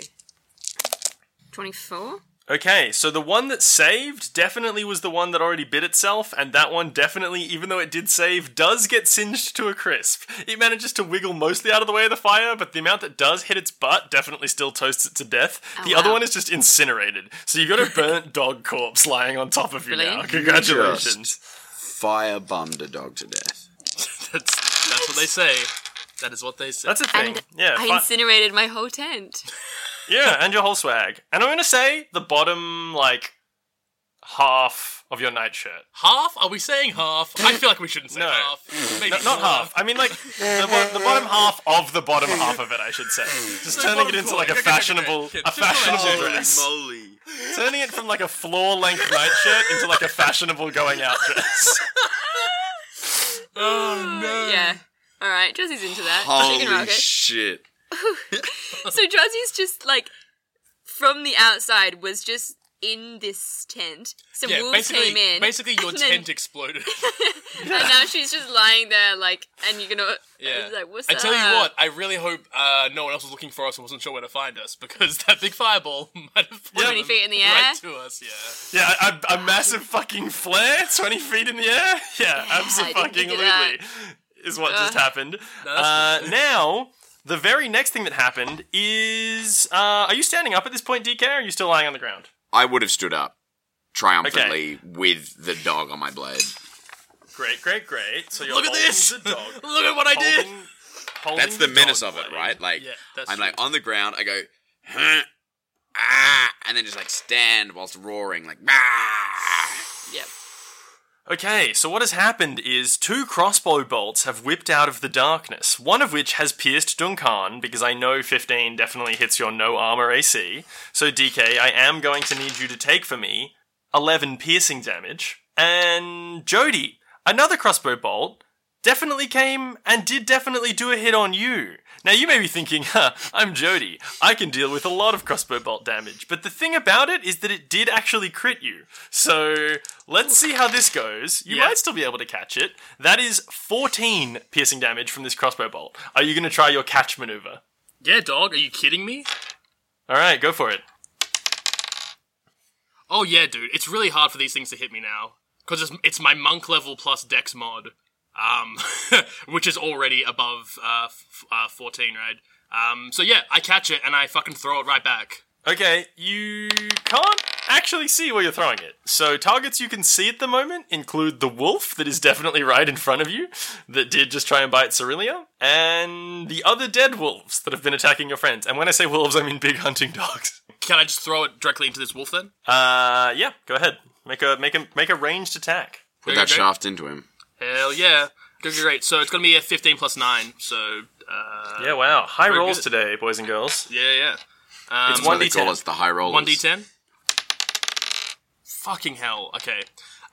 D: 24?
A: Okay, so the one that saved definitely was the one that already bit itself, and that one definitely, even though it did save, does get singed to a crisp. It manages to wiggle mostly out of the way of the fire, but the amount that does hit its butt definitely still toasts it to death. the other
D: Oh, wow.
A: one is just incinerated. So you've
D: <laughs>
A: got a burnt dog corpse lying on top of you now.
D: Brilliant.
A: Congratulations.
C: Fire bummed a dog to death.
B: That's that's what they say. That is what they say.
A: That's a thing.
D: And
A: yeah,
D: I
A: fi-
D: incinerated my whole tent.
A: yeah, and your whole swag. And I'm gonna say the bottom like half of your nightshirt.
B: Half? Are we saying half? I feel like we shouldn't say
A: No.
B: half. Maybe
A: No, not half. I mean, like the, bo- the bottom half of the bottom half of it, I should say. Mm. Just turning it
B: bottom
A: into like a
B: corner.
A: fashionable,
B: Okay, okay, okay, okay.
A: a
B: Just relax.
A: fashionable
C: Holy
A: dress.
C: moly.
A: Turning it from like a floor-length nightshirt into like a fashionable going-out <laughs> dress.
B: Oh no.
D: Yeah. All right, Jazzy's into that. Chicken
C: Holy
D: rocket.
C: shit.
D: so Jazzy's just like from the outside was just in this tent. Some
B: Yeah,
D: wolves
B: basically,
D: came in.
B: basically your
D: and then-
B: tent exploded.
D: <laughs> and now she's just lying there, like, and you're gonna.
B: yeah.
D: it's Like, What's
B: I tell
D: up?"
B: you what, I really hope uh, no one else was looking for us and wasn't sure where to find us because <laughs> that big fireball might have flown
D: 20 feet in the air.
B: right to us. Yeah.
A: Yeah, a, a massive fucking flare, twenty feet in the air. Yeah,
D: I didn't think of that.
A: absolutely, is what just happened. Uh,
B: that's-
A: now, the very next thing that happened is, uh, are you standing up at this point, DK? Or are you still lying on the ground?
C: I would have stood up triumphantly with the dog on my blade.
A: Great, great, great. So you're
B: Look at
A: holding
B: this!
A: The dog.
B: Look at
A: <laughs>
B: what I did.
A: Holding- holding
C: That's the
A: dog
C: menace of it,
A: blade.
C: right? Like
B: Yeah, that's
C: I'm
B: true.
C: like on the ground, I go, huh, ah, and then just like stand whilst roaring, like ah.
D: Yep.
A: Okay, so what has happened is two crossbow bolts have whipped out of the darkness, one of which has pierced Duncan, because I know 15 definitely hits your no armor AC. So, DK, I am going to need you to take for me 11 piercing damage. And Jody, another crossbow bolt definitely came and did definitely do a hit on you. Now you may be thinking, huh, I'm Jody. I can deal with a lot of crossbow bolt damage. But the thing about it is that it did actually crit you. So let's see how this goes. You
B: Yeah.
A: might still be able to catch it. That is 14 piercing damage from this crossbow bolt. Are you going to try your catch maneuver?
B: Yeah, dog. Are you kidding me?
A: All right, go for it.
B: Oh yeah, dude. It's really hard for these things to hit me now because it's it's my monk level plus dex mod, um, <laughs> which is already above uh, f- uh fourteen, right? Um, so yeah, I catch it and I fucking throw it right back.
A: Okay, you can't actually see where you're throwing it. So targets you can see at the moment include the wolf that is definitely right in front of you, that did just try and bite Cerelia, and the other dead wolves that have been attacking your friends. And when I say wolves, I mean big hunting dogs. <laughs>
B: Can I just throw it directly into this wolf then?
A: Uh, yeah, go ahead. Make a make a make a ranged attack.
C: Put
B: Okay,
C: that
B: okay.
C: shaft into him.
B: Hell yeah. Go go, great. So it's gonna be a fifteen plus nine. So uh,
A: yeah, wow, high
B: very
A: rolls
B: good.
A: today, boys and girls.
B: yeah, yeah. Um,
A: It's
C: That's why they
A: 1d10.
C: call us the high rollers.
B: One d ten. Fucking hell. Okay.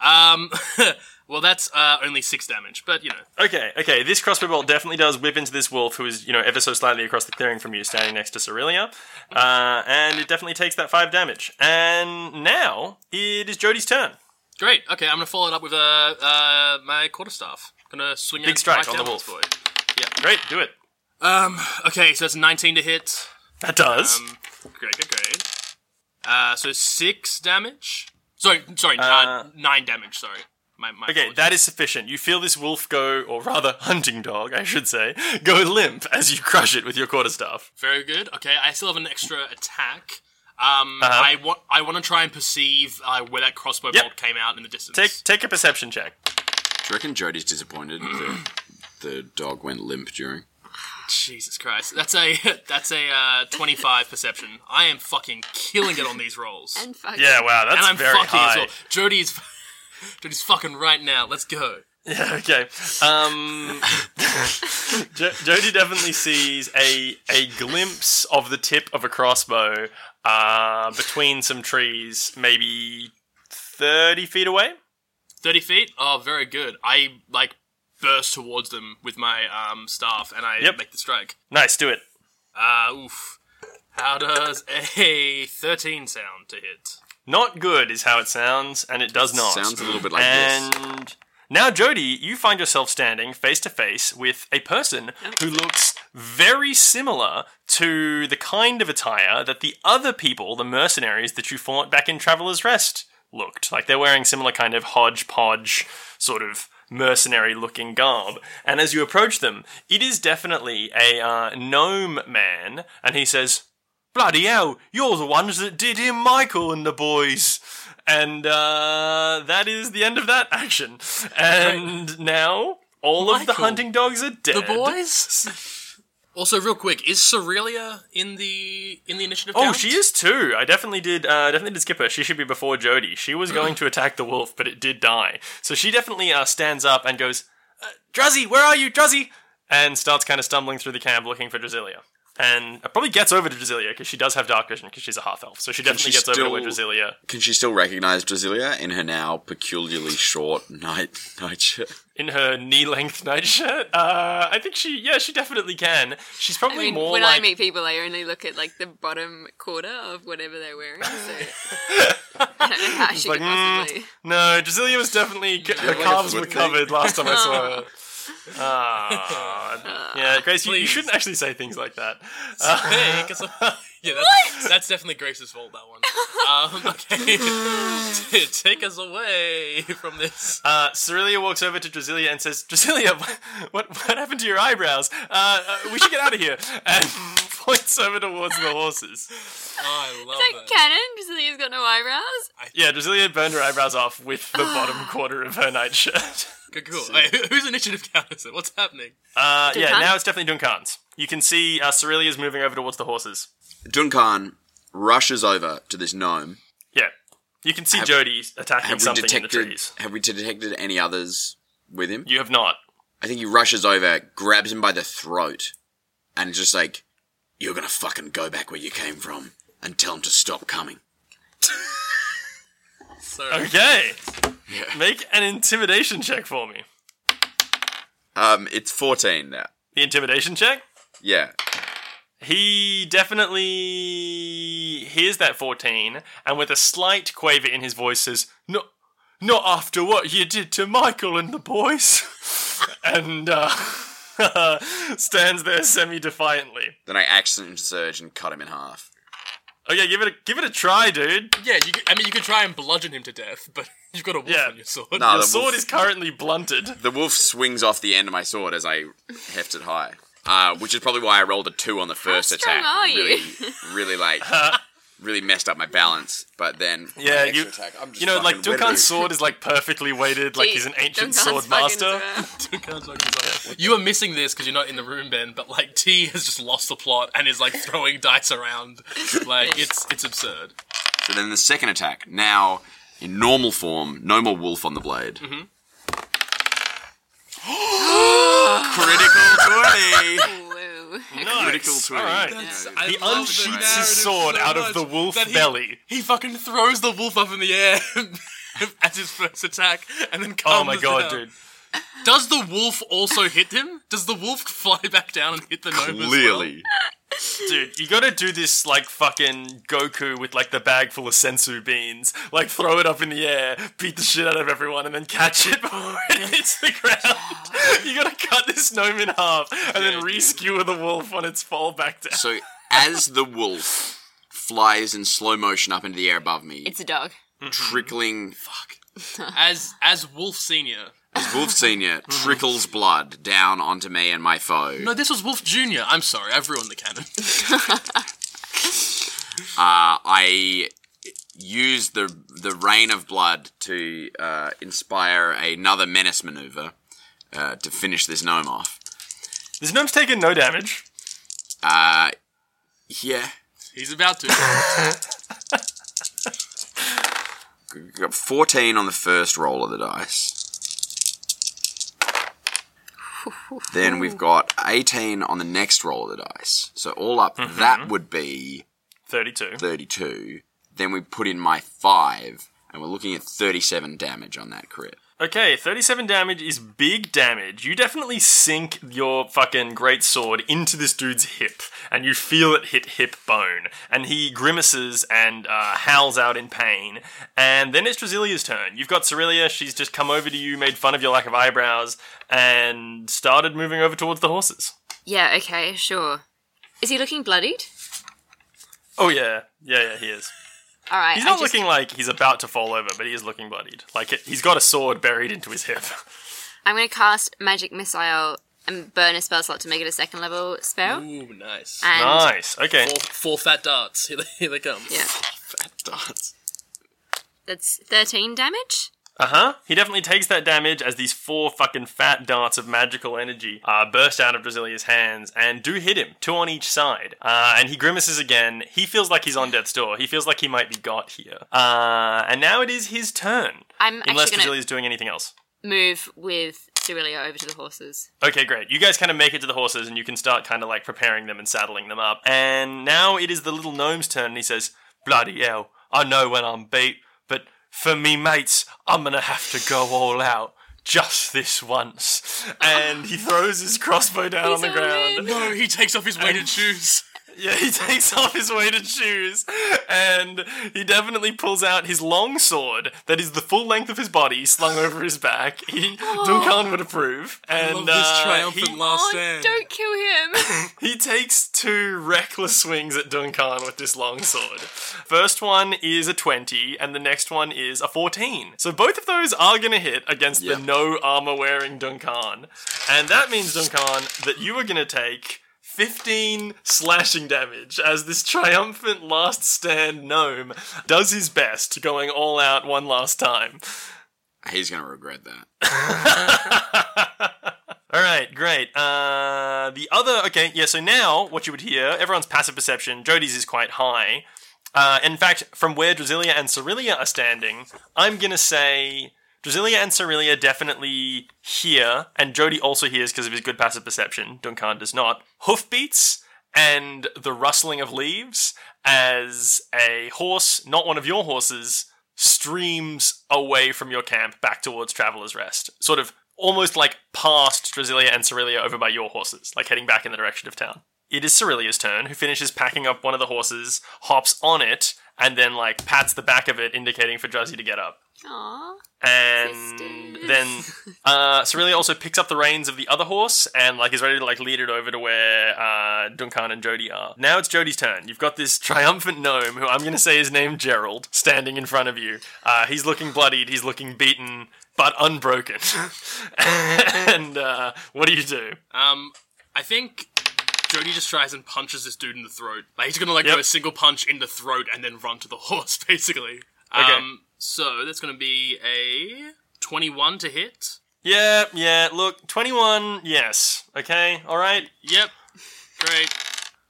B: Um. <laughs> well, that's uh, only six damage, but you know.
A: Okay, okay. This crossbow bolt definitely does whip into this wolf, who is you know ever so slightly across the clearing from you, standing next to Cerelia, uh, and it definitely takes that five damage. And now it is Jody's turn.
B: Great. Okay, I'm gonna follow it up with uh, uh my quarterstaff. Gonna swing
A: Big
B: it
A: strike
B: right
A: on the
B: down
A: wolf.
B: boy.
A: Great, do it.
B: Um. Okay, so it's 19 to hit.
A: That does.
B: Um. Great. Good. Great. Uh. So six damage. Sorry. Sorry.
A: Uh,
B: nine, nine damage. Sorry. My. my
A: okay,
B: apologies.
A: that is sufficient. You feel this wolf go, or rather, hunting dog, I should say, go limp as you crush it with your quarterstaff.
B: Very good. Okay, I still have an extra attack. Um. I want. I want to try and perceive uh, where that crossbow
A: Uh-huh. Yep.
B: bolt came out in the distance.
A: Take take a perception check.
C: Do you reckon Jody's disappointed that the dog went limp during?
B: Jesus Christ. That's a. <laughs> That's a uh, 25 perception. I am fucking killing it on these rolls.
D: And fuck
A: Yeah, wow, that's
B: and I'm
A: very
B: fucking
A: high.
B: as well. Jody is, <laughs> Jody's fucking right now. Let's go.
A: Yeah, <laughs> okay.
C: <laughs>
A: Um, jo- Jody definitely sees a a glimpse of the tip of a crossbow uh, between some trees, maybe thirty feet away.
B: Thirty feet. Oh, very good. I like burst towards them with my um, staff, and I
A: Yep.
B: make the strike.
A: Nice, do it.
B: Uh, oof. How does a thirteen sound to hit?
A: Not good is how it sounds, and it does not.
C: Sounds a little bit like
A: and
C: this.
A: now, Jody, you find yourself standing face to face with a person who looks very similar to the kind of attire that the other people, the mercenaries that you fought back in Traveler's Rest, looked like. They're wearing similar kind of hodgepodge sort of mercenary-looking garb. And as you approach them, it is definitely a uh, gnome man, and he says, bloody hell, you're the ones that did him, Michael and the boys. And uh, that is the end of that action. And now all of the
B: Michael.
A: hunting dogs are dead.
B: The boys. <laughs> Also, real quick, is Cerelia in the in the initiative?
A: Oh,
B: count?
A: she is too. I definitely did. Uh, definitely did skip her. She should be before Jody. She was going to attack the wolf, but it did die. So she definitely uh, stands up and goes, uh, "Druzzy, where are you, Druzzy?" And starts kind of stumbling through the camp looking for Drasilia. And uh, probably gets over to Drasilia because she does have dark vision because she's a half elf. So she definitely
C: she
A: gets over to where
C: still-
A: Drasilia
C: Can she still recognize Drasilia in her now peculiarly short night <laughs> nightshirt?
A: in her knee-length nightshirt. Uh, I think she, yeah, she definitely can. She's probably
D: I mean,
A: more
D: when
A: like
D: I meet people, I only look at like the bottom quarter of whatever they're wearing.
B: <laughs>
D: So <laughs> I don't know how she
A: like,
D: could
A: "Mm,
D: possibly.
A: No, Drasilia was definitely her calves were
C: foot thing?
A: covered last time I saw her.
D: <laughs>
A: Ah, yeah, Grace, you, you
B: Please.
A: shouldn't actually say things like that. Uh,
B: Hey, 'cause- <laughs>
A: <laughs>
B: yeah, that's, that's definitely Grace's fault. That one. Um, <laughs>
A: <laughs>
B: okay, T- take us away from this.
A: Uh, Cerelia walks over to Drasilia and says, "Drasilia, <laughs> what what happened to your eyebrows? Uh, uh, we should get out of here." And <laughs> points over towards the horses.
B: Oh, I love that.
D: Like canon, Brasilia's got no eyebrows.
A: Yeah, Drasilia burned her eyebrows off with the bottom quarter of her nightshirt. <laughs>
B: Okay, cool. Wait, who- whose initiative count is it? What's happening?
A: Uh, yeah,
D: Duncan?
A: now it's definitely Duncan's. You can see uh, Cerelia's moving over towards the horses.
C: Duncan rushes over to this gnome.
A: Yeah. You can see
C: Have-
A: Jody attacking
C: Have
A: something
C: we detected?
A: in the trees.
C: Have we detected any others with him?
A: You have not.
C: I think he rushes over, grabs him by the throat, and is just like, "You're gonna fucking go back where you came from, and tell him to stop coming."
B: So,
A: Okay.
C: Yeah.
A: Make an intimidation check for me.
C: Um, it's fourteen now.
A: The intimidation check?
C: Yeah.
A: He definitely hears that 14 and with a slight quaver in his voice says, "No not after what you did to Michael and the boys." <laughs> and uh <laughs> stands there semi-defiantly.
C: Then I accident surge and cut him in half.
A: Okay, give it a give it a try, dude.
B: yeah, you could, I mean, you could try and bludgeon him to death, but <laughs> you've got a wolf
A: Yeah.
B: on your sword. <laughs>
C: No,
A: The
C: the
A: sword
C: wolf-
A: is currently blunted.
C: The wolf swings off the end of my sword as I heft it high, uh, which is probably why I rolled a two on the first
D: strong
C: attack.
D: are you?
C: Really,
A: <laughs>
C: really like, really messed up my balance. But then,
A: <laughs>
C: my
A: Yeah,
C: extra
A: you,
C: attack, I'm just
A: you know, like
C: fucking
A: Duncan's
C: withering.
A: sword is like perfectly weighted, like he's an ancient sword master.
B: You are missing this because you're not in the room, Ben. But like T has just lost the plot and is like throwing dice around,
A: <laughs>
B: like it's it's absurd.
C: So then the second attack. Now, in normal form, no more wolf on the blade.
A: Mm-hmm.
C: <gasps> Critical twenty.
D: Whoa.
C: Critical
A: Nice. All
C: twenty.
A: right.
B: I
A: He
B: love the
A: unsheathes
B: narrative
A: his sword
B: so
A: out
B: much
A: of the wolf
B: that he-
A: belly.
B: He fucking throws the wolf up in the air <laughs> as his first attack, and then
A: Oh my
B: comes
A: god,
B: down.
A: dude.
B: Does the wolf also hit him? Does the wolf <laughs> fly back down and hit the gnome as well?
C: Clearly,
A: Dude, you gotta do this like fucking Goku with like the bag full of sensu beans. Like throw it up in the air, beat the shit out of everyone, and then catch it <laughs> before it hits the ground. you gotta cut this gnome in half and then re-skewer the wolf on its fall back down.
C: so as the wolf flies in slow motion up into the air above me,
D: It's a dog.
C: trickling
B: As as Wolf Senior.
C: As Wolf Senior trickles blood down onto me and my foe.
B: No, this was Wolf Junior. I'm sorry, I've ruined the canon. <laughs>
C: Uh, I use the the rain of blood to uh, inspire another menace maneuver uh, to finish this gnome off.
A: This gnome's taken no damage.
C: Uh, yeah,
B: He's about
D: <laughs>
B: to.
C: We got fourteen on the first roll of the dice. then we've got eighteen on the next roll of the dice. So all up, that would be
A: 32.
C: 32. Then we put in my 5, and we're looking at 37 damage on that crit.
A: Okay, 37 damage is big damage. You definitely sink your fucking great sword into this dude's hip, and you feel it hit hip bone. And he grimaces and uh, howls out in pain. And then it's Drasilia's turn. You've got Cerelia, she's just come over to you, made fun of your lack of eyebrows, and started moving over towards the horses.
D: Yeah. Okay. Sure. Is he looking bloodied?
A: Oh, yeah. Yeah, yeah, he is.
D: All right.
A: He's
D: I
A: not
D: just-
A: looking like he's about to fall over, but he is looking bloodied. Like, it, he's got a sword buried into his hip.
D: I'm going to cast magic missile and burn a spell slot to make it a second level spell.
B: Ooh, nice.
D: And
A: nice. Okay.
B: Four, four fat darts. <laughs> Here they, here they come.
D: yeah,
C: That does.
D: that's 13 damage.
A: Uh huh. He definitely takes that damage as these four fucking fat darts of magical energy uh, burst out of Drasilia's hands and do hit him, two on each side. Uh, and he grimaces again. He feels like he's on death's door. He feels like he might be got here. Uh, and now it is his turn.
D: I'm actually
A: unless
D: gonna-
A: Drasilia's doing anything else.
D: Move with Cyrilia over to the horses.
A: Okay, great. You guys kind of make it to the horses and you can start kind of like preparing them and saddling them up. And now it is the little gnome's turn and he says, Bloody hell, I know when I'm beat, but for me mates, I'm gonna have to go all out. Just this once. And he throws his crossbow down on
D: He's
A: the
D: all
A: ground.
D: in.
B: No, he takes off his weighted shoes.
A: <laughs> Yeah, he takes off his weighted shoes, and he definitely pulls out his long sword that is the full length of his body slung over his back. He, Duncan would approve, and
B: Love this
A: uh,
B: triumphant
A: he,
B: last
D: oh,
B: stand.
D: don't kill him!
A: he takes two reckless swings at Duncan with this long sword. First one is a 20, and the next one is a 14. So both of those are going to hit against
C: Yep.
A: the no armor wearing Duncan. And that means, Duncan, that you are going to take. 15 slashing damage as this triumphant last stand gnome does his best, going all out one last time.
C: He's gonna regret that.
A: <laughs> All right, great. Uh, the other, okay, yeah. So now, what you would hear, everyone's passive perception. Jody's is quite high. Uh, in fact, from where Drasilia and Cerilia are standing, I'm gonna say Drasilia and Cerilia definitely hear, and Jody also hears because of his good passive perception. Duncan does not. Hoofbeats and the rustling of leaves as a horse, not one of your horses, streams away from your camp back towards Traveler's Rest. Sort of almost like past Drasilia and Cerilia over by your horses, like heading back in the direction of town. It is Cerilia's turn, who finishes packing up one of the horses, hops on it, and then like pats the back of it, indicating for Drazi to get up.
D: Aww.
A: And
D: Sisters.
A: then uh, Cerelia also picks up the reins of the other horse and like is ready to like lead it over to where uh, Duncan and Jody are. Now it's Jody's turn. You've got this <laughs> triumphant gnome who I'm going to say is named Gerald standing in front of you. Uh, he's looking bloodied. He's looking beaten. But unbroken. <laughs> and uh, what do you do?
B: Um, I think Jody just tries and punches this dude in the throat. Like he's gonna like
A: Yep.
B: go a single punch in the throat and then run to the <laughs> horse, basically.
A: Okay.
B: Um, so that's gonna be a twenty-one to hit.
A: Yeah, yeah, look, 21, yes. Okay, alright.
B: Yep. Great.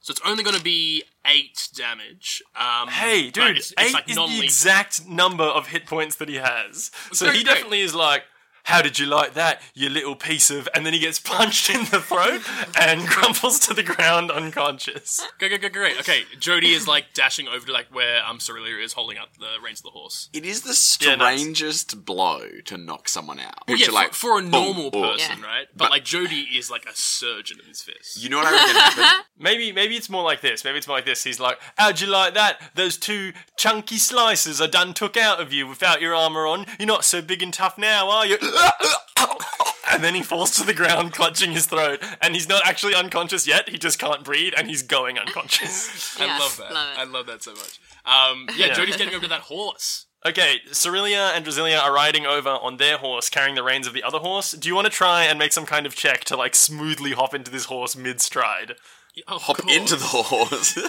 B: So it's only going to be eight damage. Um,
A: Hey,
B: but
A: dude,
B: it's- it's
A: eight
B: like
A: is the
B: non-lethal.
A: exact number of hit points that he has. So
B: very
A: he
B: great.
A: definitely is like, "How did you like that, you little piece of?" And then he gets <laughs> punched in the throat and <laughs> crumbles to the ground unconscious.
B: Great, great, great, great. Okay, Jody is like <laughs> dashing over to like where um Cerelia is holding up the reins of the horse.
C: It is the
A: Yeah, that's-
C: strangest blow to knock someone out. Which
B: yeah,
C: are
B: for,
C: like
B: for a
C: boom,
B: normal
C: boom.
B: person,
D: Yeah.
B: right? But, like Jody is like a surgeon in his fist.
C: You know what I reckon
B: <laughs>
C: happened?
A: Maybe, maybe it's more like this. Maybe it's more like this. He's like, "How'd you like that? Those two chunky slices I done took out of you without your armor on. You're not so big and tough now, are you?" <laughs> And then he falls to the ground, clutching his throat. And he's not actually unconscious yet. He just can't breathe, and he's going unconscious.
B: I
D: Yeah,
B: love that.
D: love it.
B: I love that so much. Um, yeah, Jody's getting over to that horse.
A: Okay, Cerilia and Drasilia are riding over on their horse, carrying the reins of the other horse. Do you want to try and make some kind of check to like smoothly hop into this horse mid stride?
B: Hop
C: Into the horse.
B: Oh,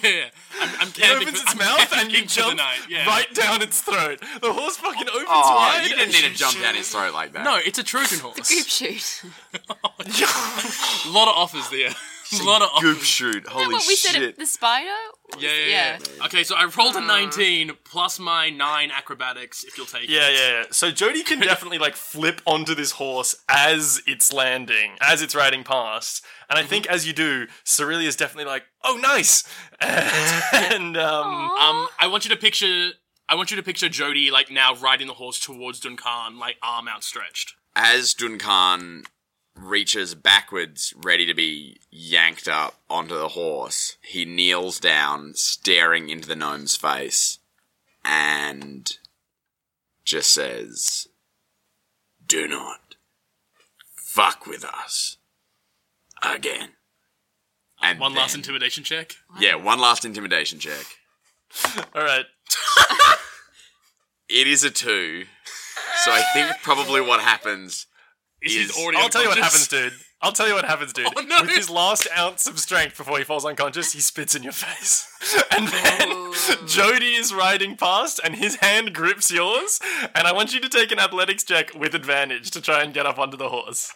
B: <laughs> yeah, I'm, I'm camping.
A: opens
B: for-
A: its
B: I'm
A: mouth and
B: camping
A: you
B: for the
A: jump
B: night, yeah.
A: right down its throat. The horse fucking opens
C: oh,
A: wide.
C: you didn't
A: and
C: need to
A: she
C: jump down his throat like that.
B: <laughs> No, it's a Trojan horse.
D: Goop shoot. <laughs>
B: A lot of offers there. <laughs> A lot of offers.
C: Goop shoot. Holy
D: what we said
C: shit.
D: at the spider?
B: Yeah, yeah, yeah. Okay, so I rolled a 19 plus my 9 acrobatics, if you'll take
A: Yeah,
B: it.
A: yeah, yeah. So Jody <laughs> can definitely like flip onto this horse as it's landing, as it's riding past. And
B: Mm-hmm.
A: I think as you do, Cerelia's definitely like, oh, nice. <laughs> And, um,
B: Um, I want you to picture. I want you to picture Jody like now riding the horse towards Duncan, like arm outstretched.
C: As Duncan reaches backwards, ready to be yanked up onto the horse, he kneels down, staring into the gnome's face, and just says, Do not fuck with us again. And
B: One last
C: then-
B: intimidation check.
C: Yeah, one last intimidation check.
A: all right.
B: <laughs>
C: It is a two. So I think probably what happens
B: Is his
C: Is-
B: audio
A: I'll tell you what happens,
B: conscious?
A: dude. I'll tell you what happens, dude.
B: Oh, no.
A: With his last ounce of strength before he falls unconscious, he spits in your face. <laughs> And then
B: Oh.
A: Jody is riding past and his hand grips yours. And I want you to take an athletics check with advantage to try and get up onto the horse.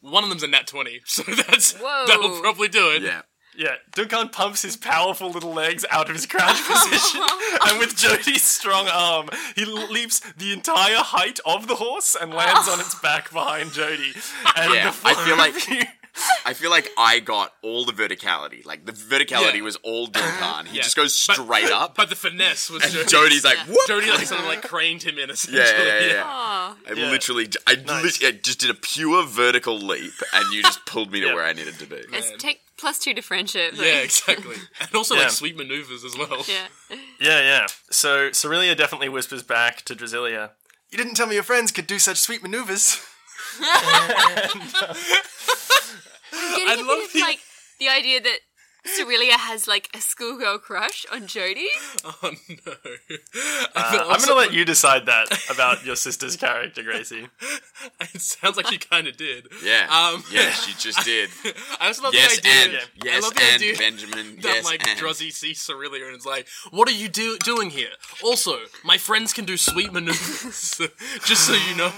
B: One of them's a nat 20, <laughs> so that's
D: Whoa.
B: that'll probably do it.
C: Yeah.
A: Yeah, Duncan pumps his powerful little legs out of his
B: <laughs>
A: crouch position, and with Jody's strong arm, he leaps the entire height of the horse and lands on its back behind Jody. And
C: Yeah,
A: the
C: I feel like-
A: floor-
B: <laughs>
C: I feel like I got all the verticality. Like the verticality
B: Yeah.
C: was all Duncan. He
B: Yeah.
C: just goes
B: But-
C: straight up.
B: But the finesse was
C: and
B: Jody.
C: Jody's like,
D: Yeah.
C: whoop!
B: Jody like sort of like craned him in essentially.
C: yeah, yeah, yeah, yeah.
D: Oh,
C: I
A: Yeah.
C: literally, I,
A: Nice.
C: lit- I just did a pure vertical leap, and you just pulled
B: <laughs>
C: me to
A: Yeah.
C: where I needed to be.
D: it's take plus two to friendship.
B: Yeah, exactly. And also
A: Yeah.
B: like sweet maneuvers as well.
D: <laughs> yeah.
A: Yeah, yeah. So Cerelia definitely whispers back to Drasilia. You didn't tell me your friends could do such sweet
B: <laughs>
A: maneuvers.
D: Getting a bit
A: love
D: of,
A: the-
D: like the idea that Cerelia has like a schoolgirl crush on Jody.
B: <laughs> Oh no.
C: Uh,
A: I'm gonna let you decide that about your sister's character, Gracie.
B: <laughs> It sounds like she kind of did.
C: Yeah,
B: Um,
C: yeah, she just did.
B: <laughs> I also love
C: Yes,
B: the idea.
C: and
A: Yeah.
B: I
C: yes,
B: love the
C: and
B: idea
C: Benjamin.
B: That
C: yes,
B: like
C: and
B: Druzzy sees Cerelia and is like, "What are you do- doing here?" Also, my friends can do sweet maneuvers. <laughs> just so you know,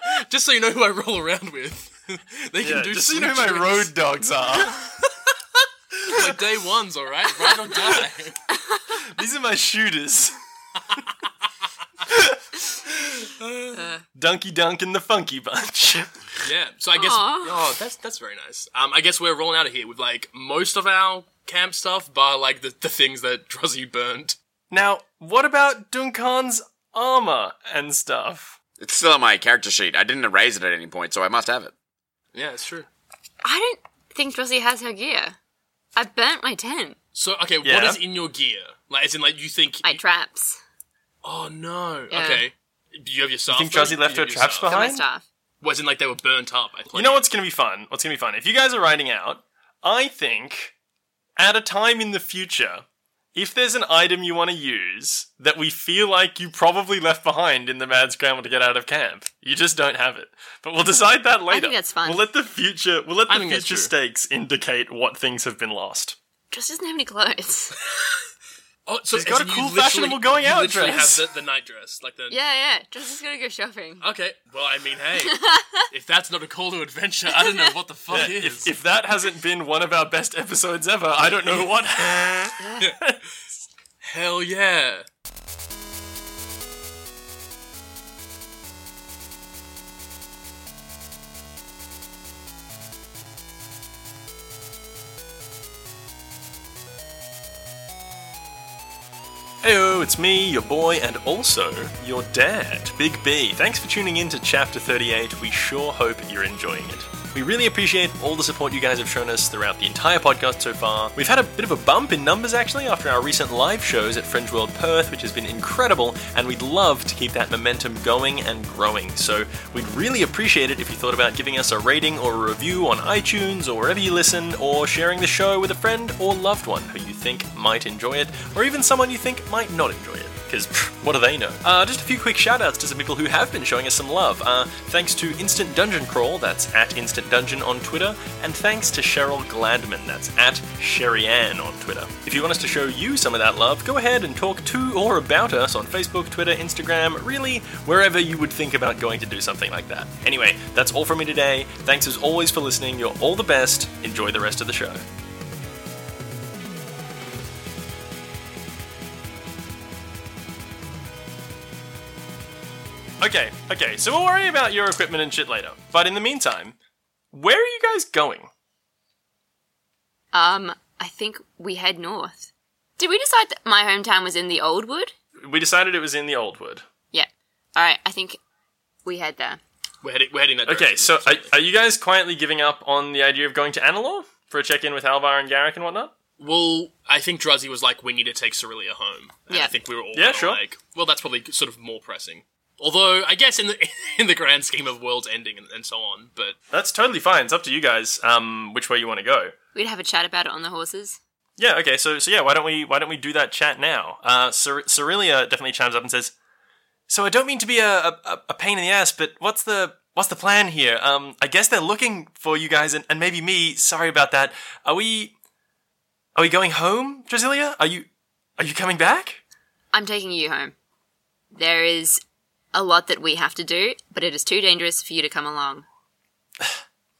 B: <laughs> just so you know who I roll around with. <laughs> they can
A: Yeah,
B: do
A: just so
B: sweet
A: you know who my
B: maneuvers.
A: road
B: <laughs>
A: dogs are.
B: My day ones, all right, ride or die.
C: <laughs>
A: These are my
B: <laughs>
A: shooters. <laughs> Dunky Dunk and the Funky Bunch. <laughs>
B: yeah. So I guess
D: Aw.
B: oh, that's that's very nice. Um, I guess we're rolling out of here with like most of our camp stuff, bar like the the things that Druzzy burnt.
A: Now, what about Duncan's armor and stuff?
C: It's still on my character sheet. I didn't erase it at any point, so I must have it.
B: Yeah, it's true.
D: I don't think Drosy has her gear. I burnt my tent.
B: So okay, what
A: Yeah.
B: is in your gear? Like, as in, like you think?
D: My traps.
B: oh no.
D: Yeah.
B: Okay. Do you have your staff?
A: think
B: though?
A: Druzzy
B: You
A: left
B: have
A: her
B: your
A: traps
B: staff.
A: behind?
D: Got my
A: Fine.
D: staff.
B: Was in like they were burnt up. I
A: You know what's going to be fun? What's going to be fun? If you guys are riding out, I think at a time in the future, if there's an item you want to use that we feel like you probably left behind in the mad scramble to get out of camp, you just don't have it. But we'll decide that later.
D: that's fun.
A: We'll let the future. We'll let
B: I
A: the
B: think that's
A: future
B: true.
A: stakes indicate what things have been lost.
D: Drosy doesn't have any clothes. <laughs>
B: Oh, so
A: She's
B: as
A: got a
B: in you
A: cool
B: literally-
A: fashionable going out
B: you literally
A: dress.
B: Have the, the night dress, like the.
D: yeah, yeah. Drosy's gonna go shopping.
B: Okay. Well, I mean,
D: <laughs>
B: hey, if that's not a call to adventure, I don't know what the fuck is.
A: If, if that hasn't been one of our best episodes ever, I don't know what.
B: Hell yeah.
A: Heyo, it's me, your boy, and also your dad, Big B. Thanks for tuning in to Chapter 38. We sure hope you're enjoying it. We really appreciate all the support you guys have shown us throughout the entire podcast so far. We've had a bit of a bump in numbers actually after our recent live shows at Fringe World Perth, which has been incredible, and we'd love to keep that momentum going and growing. So we'd really appreciate it if you thought about giving us a rating or a review on iTunes or wherever you listen, or sharing the show with a friend or loved one who you think might enjoy it, or even someone you think might not enjoy it. Because what do they know? Uh, just a few quick shout outs to some people who have been showing us some love. Uh, thanks to Instant Dungeon Crawl, that's at Instant Dungeon on Twitter, and thanks to Cheryl Gladman, that's at Sherrianne on Twitter. If you want us to show you some of that love, go ahead and talk to or about us on Facebook, Twitter, Instagram, really wherever you would think about going to do something like that. Anyway, that's all from me today. Thanks as always for listening. You're all the best. Enjoy the rest of the show. Okay, okay, so we'll worry about your equipment and shit later. But in the meantime, where are you guys going?
D: Um, I think we head north. Did we decide that my hometown was in the old wood?
A: We decided it was in the old wood.
D: Yeah. All right. I think we head there.
B: We're heading. We're heading that.
A: Okay,
B: direction.
A: so are, are you guys quietly giving up on the idea of going to Analor for a check in with Alvar and Garrick and whatnot?
B: well, I think Druzzy was like, we need to take Cerelia home. And I
D: Yeah.
B: think we were all
A: Yeah,
B: kinda
A: sure.
B: like, well, that's probably sort of more pressing. Although, I guess in the <laughs> in the grand scheme of world's ending and, and so on, but
A: That's totally fine. It's up to you guys um, which way you want to go.
D: We'd have a chat about it on the horses.
A: Yeah. Okay. So so yeah. Why don't we why don't we do that chat now? Uh, Cyr- Cyrilia definitely chimes up and says, So I don't mean to be a, a a pain in the ass, but what's the what's the plan here? Um, I guess they're looking for you guys and, and maybe me. Sorry about that. Are we are we going home, Drasilia? Are you are you coming back?
D: I'm taking you home. There is a lot that we have to do, but it is too dangerous for you to come along.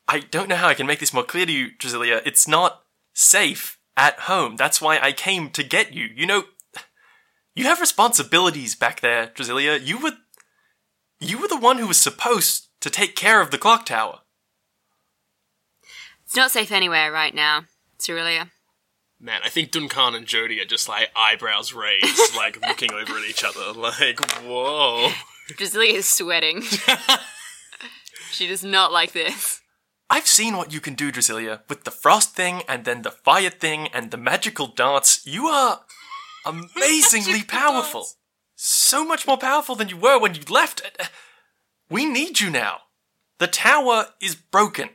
A: I don't know how I can make this more clear to you, Drasilia. It's not safe at home. That's why I came to get you. You know, you have responsibilities back there, Drasilia. You were, you were the one who was supposed to take care of the clock tower.
D: It's not safe anywhere right now, Cerelia.
B: Man, I think Duncan and Jody are just like eyebrows
A: <laughs>
B: raised, like looking over at each other, like, whoa.
D: Drasilia is sweating. she does not like this.
A: I've seen what you can do, Drasilia, with the frost thing and then the fire thing and the magical darts. You are amazingly powerful. So much more powerful than you were when you left. Uh, uh, We need you now. The tower is broken.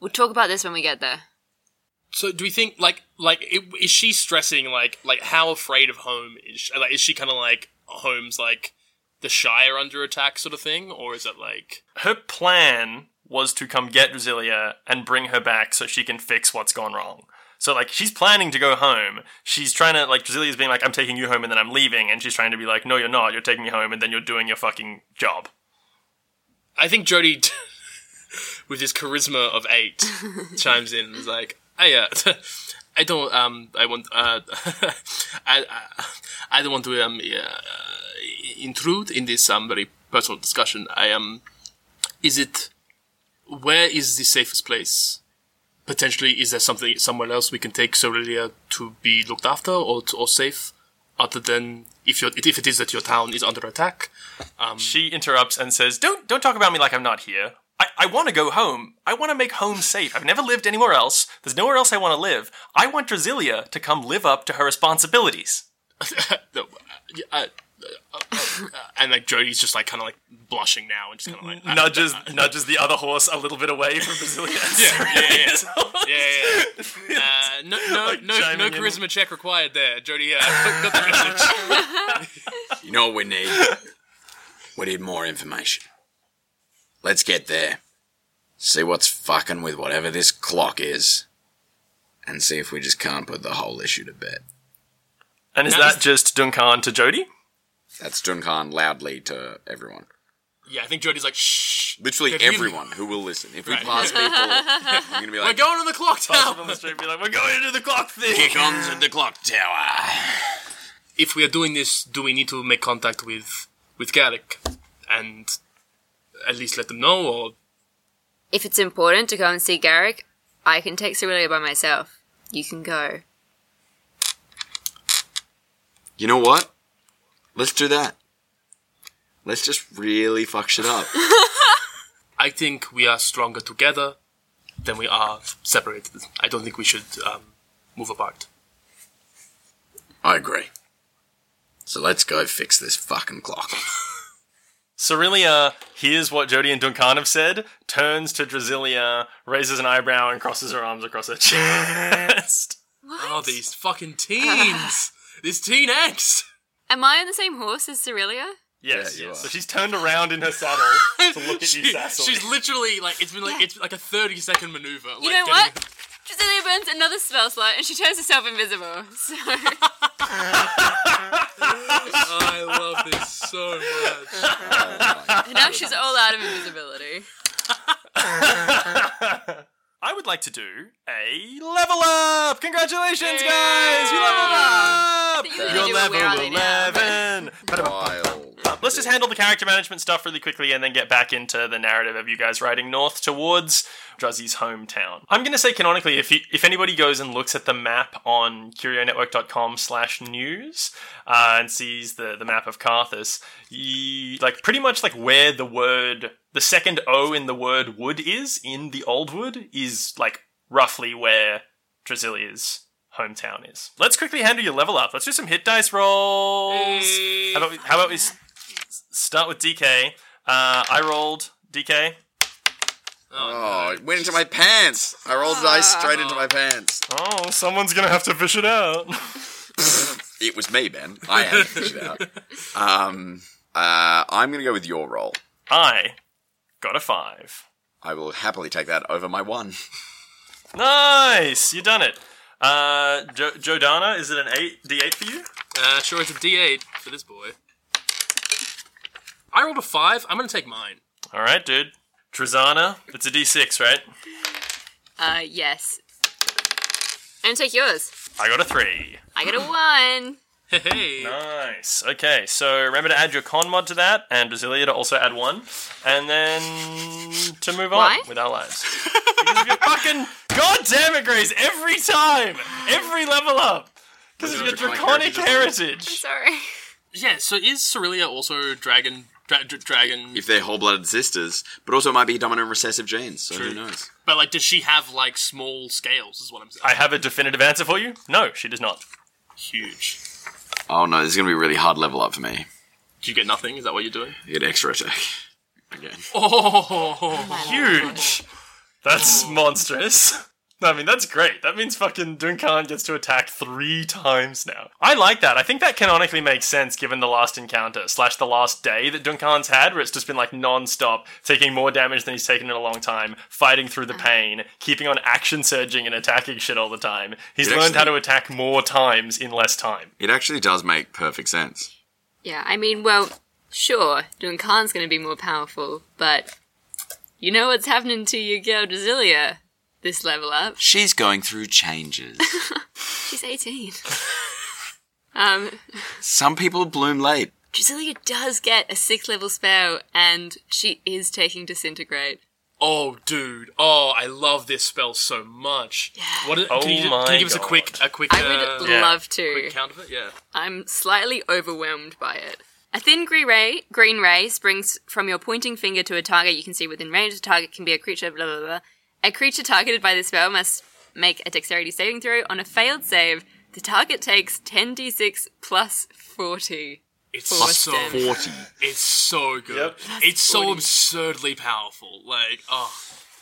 D: We'll talk about this when we get there.
B: So, do we think like like i- is she stressing like like how afraid of home is she? like is she kind of like home's like the Shire under attack sort of thing, or is it like
A: Her plan was to come get Drasilia and bring her back so she can fix what's gone wrong. So like she's planning to go home. She's trying to like Drasilia's being like, I'm taking you home and then I'm leaving, and she's trying to be like, No, you're not, you're taking me home and then you're doing your fucking job.
B: I think Jody, <laughs> with his charisma of eight, chimes in and is like, "I, uh, <laughs> I don't, um, I want, uh, <laughs> I, I, I don't want to um, uh, intrude in this um very personal discussion. I um, is it, where is the safest place? Potentially, is there something somewhere else we can take Sorelia to be looked after or to, or safe, other than if you if it is that your town is under attack?"
A: She interrupts and says, Don't don't talk about me like I'm not here. I, I want to go home. I want to make home safe. I've never lived anywhere else. There's nowhere else I want to live. I want Drasilia to come live up to her responsibilities.
B: <laughs> No, uh, yeah, uh, uh, uh, uh, and like Jody's just like kind of like blushing now and just kind of like uh,
A: Nudges nudges the other horse a little bit away from <laughs> Drasilia.
B: <laughs> yeah, yeah, yeah, yeah,
A: <laughs>
B: yeah. Uh, no, no, no, no
A: chiming in.
B: charisma check required there, Jody. Uh, got the message.
C: You know what we need? we need more information. Let's get there. See what's fucking with whatever this clock is. And see if we just can't put the whole issue to bed.
A: and is that just Duncan to Jody?
C: That's Duncan loudly to everyone.
B: <laughs> Yeah, I think Jody's like shh.
C: Literally
B: They're really-
C: everyone who will listen. If we
B: Right.
C: pass people, I'm going to be
B: We're
C: like,
B: going on the clock
A: Passing on
B: tower.
A: the street, be like, we're going into the clock thing. <laughs>
C: Kick on to the clock tower.
B: If we are doing this, do we need to make contact with with Garrick and at least let them know? Or
D: If it's important to go and see Garrick, I can take Cerelia by myself. You can go.
C: You know what? Let's do that. Let's just really fuck shit up.
B: I think we are stronger together than we are separated. I don't think we should um, move apart.
C: I agree. So let's go fix this fucking clock.
A: Cerelia hears what Jody and Duncan have said, turns to Drasilia, raises an eyebrow, and crosses her arms across <laughs> her chest.
B: Oh, these fucking <laughs> teens! this teen angst!
D: Am I on the same horse as Cerelia?
A: Yes.
C: Yeah, you
A: yes.
C: are.
A: So she's turned around in her saddle to look <laughs> at you,
B: She-
A: Sassel.
B: she's literally like it's been like it's like a thirty second maneuver.
D: You know what? Drasilia burns another spell slot and she turns herself invisible. <laughs> So
B: <laughs> I love this so <laughs> much.
D: now she's all out of invisibility.
A: I would like to do a level up. Congratulations, guys! You leveled up.
D: you really do a Where Are They Now, but-
A: eleven. Let's just handle the character management stuff really quickly and then get back into the narrative of you guys riding north towards Drazi's hometown. I'm going to say canonically, if you, if anybody goes and looks at the map on curionetwork.com slash news uh, and sees the, the map of Carthus, you, like pretty much like where the word, the second O in the word wood is in the old wood is like roughly where Drazilia's hometown is. Let's quickly handle your level up. Let's do some hit dice rolls. How about we, how about we s- start with DK? Uh, I rolled DK.
C: Oh, it went into my pants. I rolled the dice straight into my pants.
A: Oh, someone's gonna have to fish it out.
C: it was me, Ben. I had to fish it <laughs> out. Um, uh, I'm going to go with your roll.
A: <laughs> I got a five.
C: I will happily take that over my one.
A: Nice, you done it. Uh, jo- Jodana, is it an eight d8 for you?
B: Uh, sure, it's a D8 for this boy. I rolled a five. I'm gonna take mine. <laughs>
A: All right, dude. Trizana, it's a d6, right?
D: Uh, yes. And take yours.
A: I got a three.
D: I got a one.
B: Hey, hey.
A: Nice. Okay, so remember to add your con mod to that, and Brasilia to also add one, and then to move on
D: Why?
A: with our lives. because of your fucking goddamn it, Grace! Every time, every level up, because of your draconic heritage.
D: Sorry.
B: Yeah. So is Cerelia also dragon? Dra- dra- dragon.
C: If they're whole-blooded sisters, but also it might be dominant recessive genes. So who knows?
B: but like, does she have like small scales? Is what I'm saying.
A: I have a definitive answer for you. No, she does not.
B: Huge.
C: Oh no, this is going to be a really hard level up for me.
B: Do you get nothing? Is that what you're doing?
C: You get extra attack again.
B: Oh,
A: Huge. That's monstrous. <laughs> I mean, that's great. That means fucking Duncan gets to attack three times now. I like that. I think that canonically makes sense given the last encounter slash the last day that Duncan's had, where it's just been like non-stop, taking more damage than he's taken in a long time, fighting through the pain, keeping on action surging and attacking shit all the time. He's
C: It
A: learned how
C: actually-
A: to attack more times in less time.
C: It actually does make perfect sense.
D: Yeah, I mean, well, sure, Duncan's gonna be more powerful, but you know what's happening to your girl Drasilia this level up?
C: She's going through <laughs> changes.
D: She's 18. um,
C: Some people bloom late.
D: Drasilia does get a sixth level spell, and she is taking Disintegrate.
B: oh, dude. Oh, I love this spell so much. Yeah. What? Is,
A: Oh
B: can you,
A: my
B: can you give us a
A: God.
B: quick, a quick,
D: I
B: uh,
D: would
A: yeah.
D: love to.
B: quick count of it? Yeah.
D: I'm slightly overwhelmed by it. A thin green ray, green ray springs from your pointing finger to a target you can see within range. The target can be a creature, blah, blah, blah. A creature targeted by this spell must make a dexterity saving throw. On a failed save, the target takes 10d6 plus 40.
B: It's
D: Force
B: so
D: damage.
C: Forty.
B: It's so good.
A: Yep.
B: It's so absurdly powerful. Like, oh.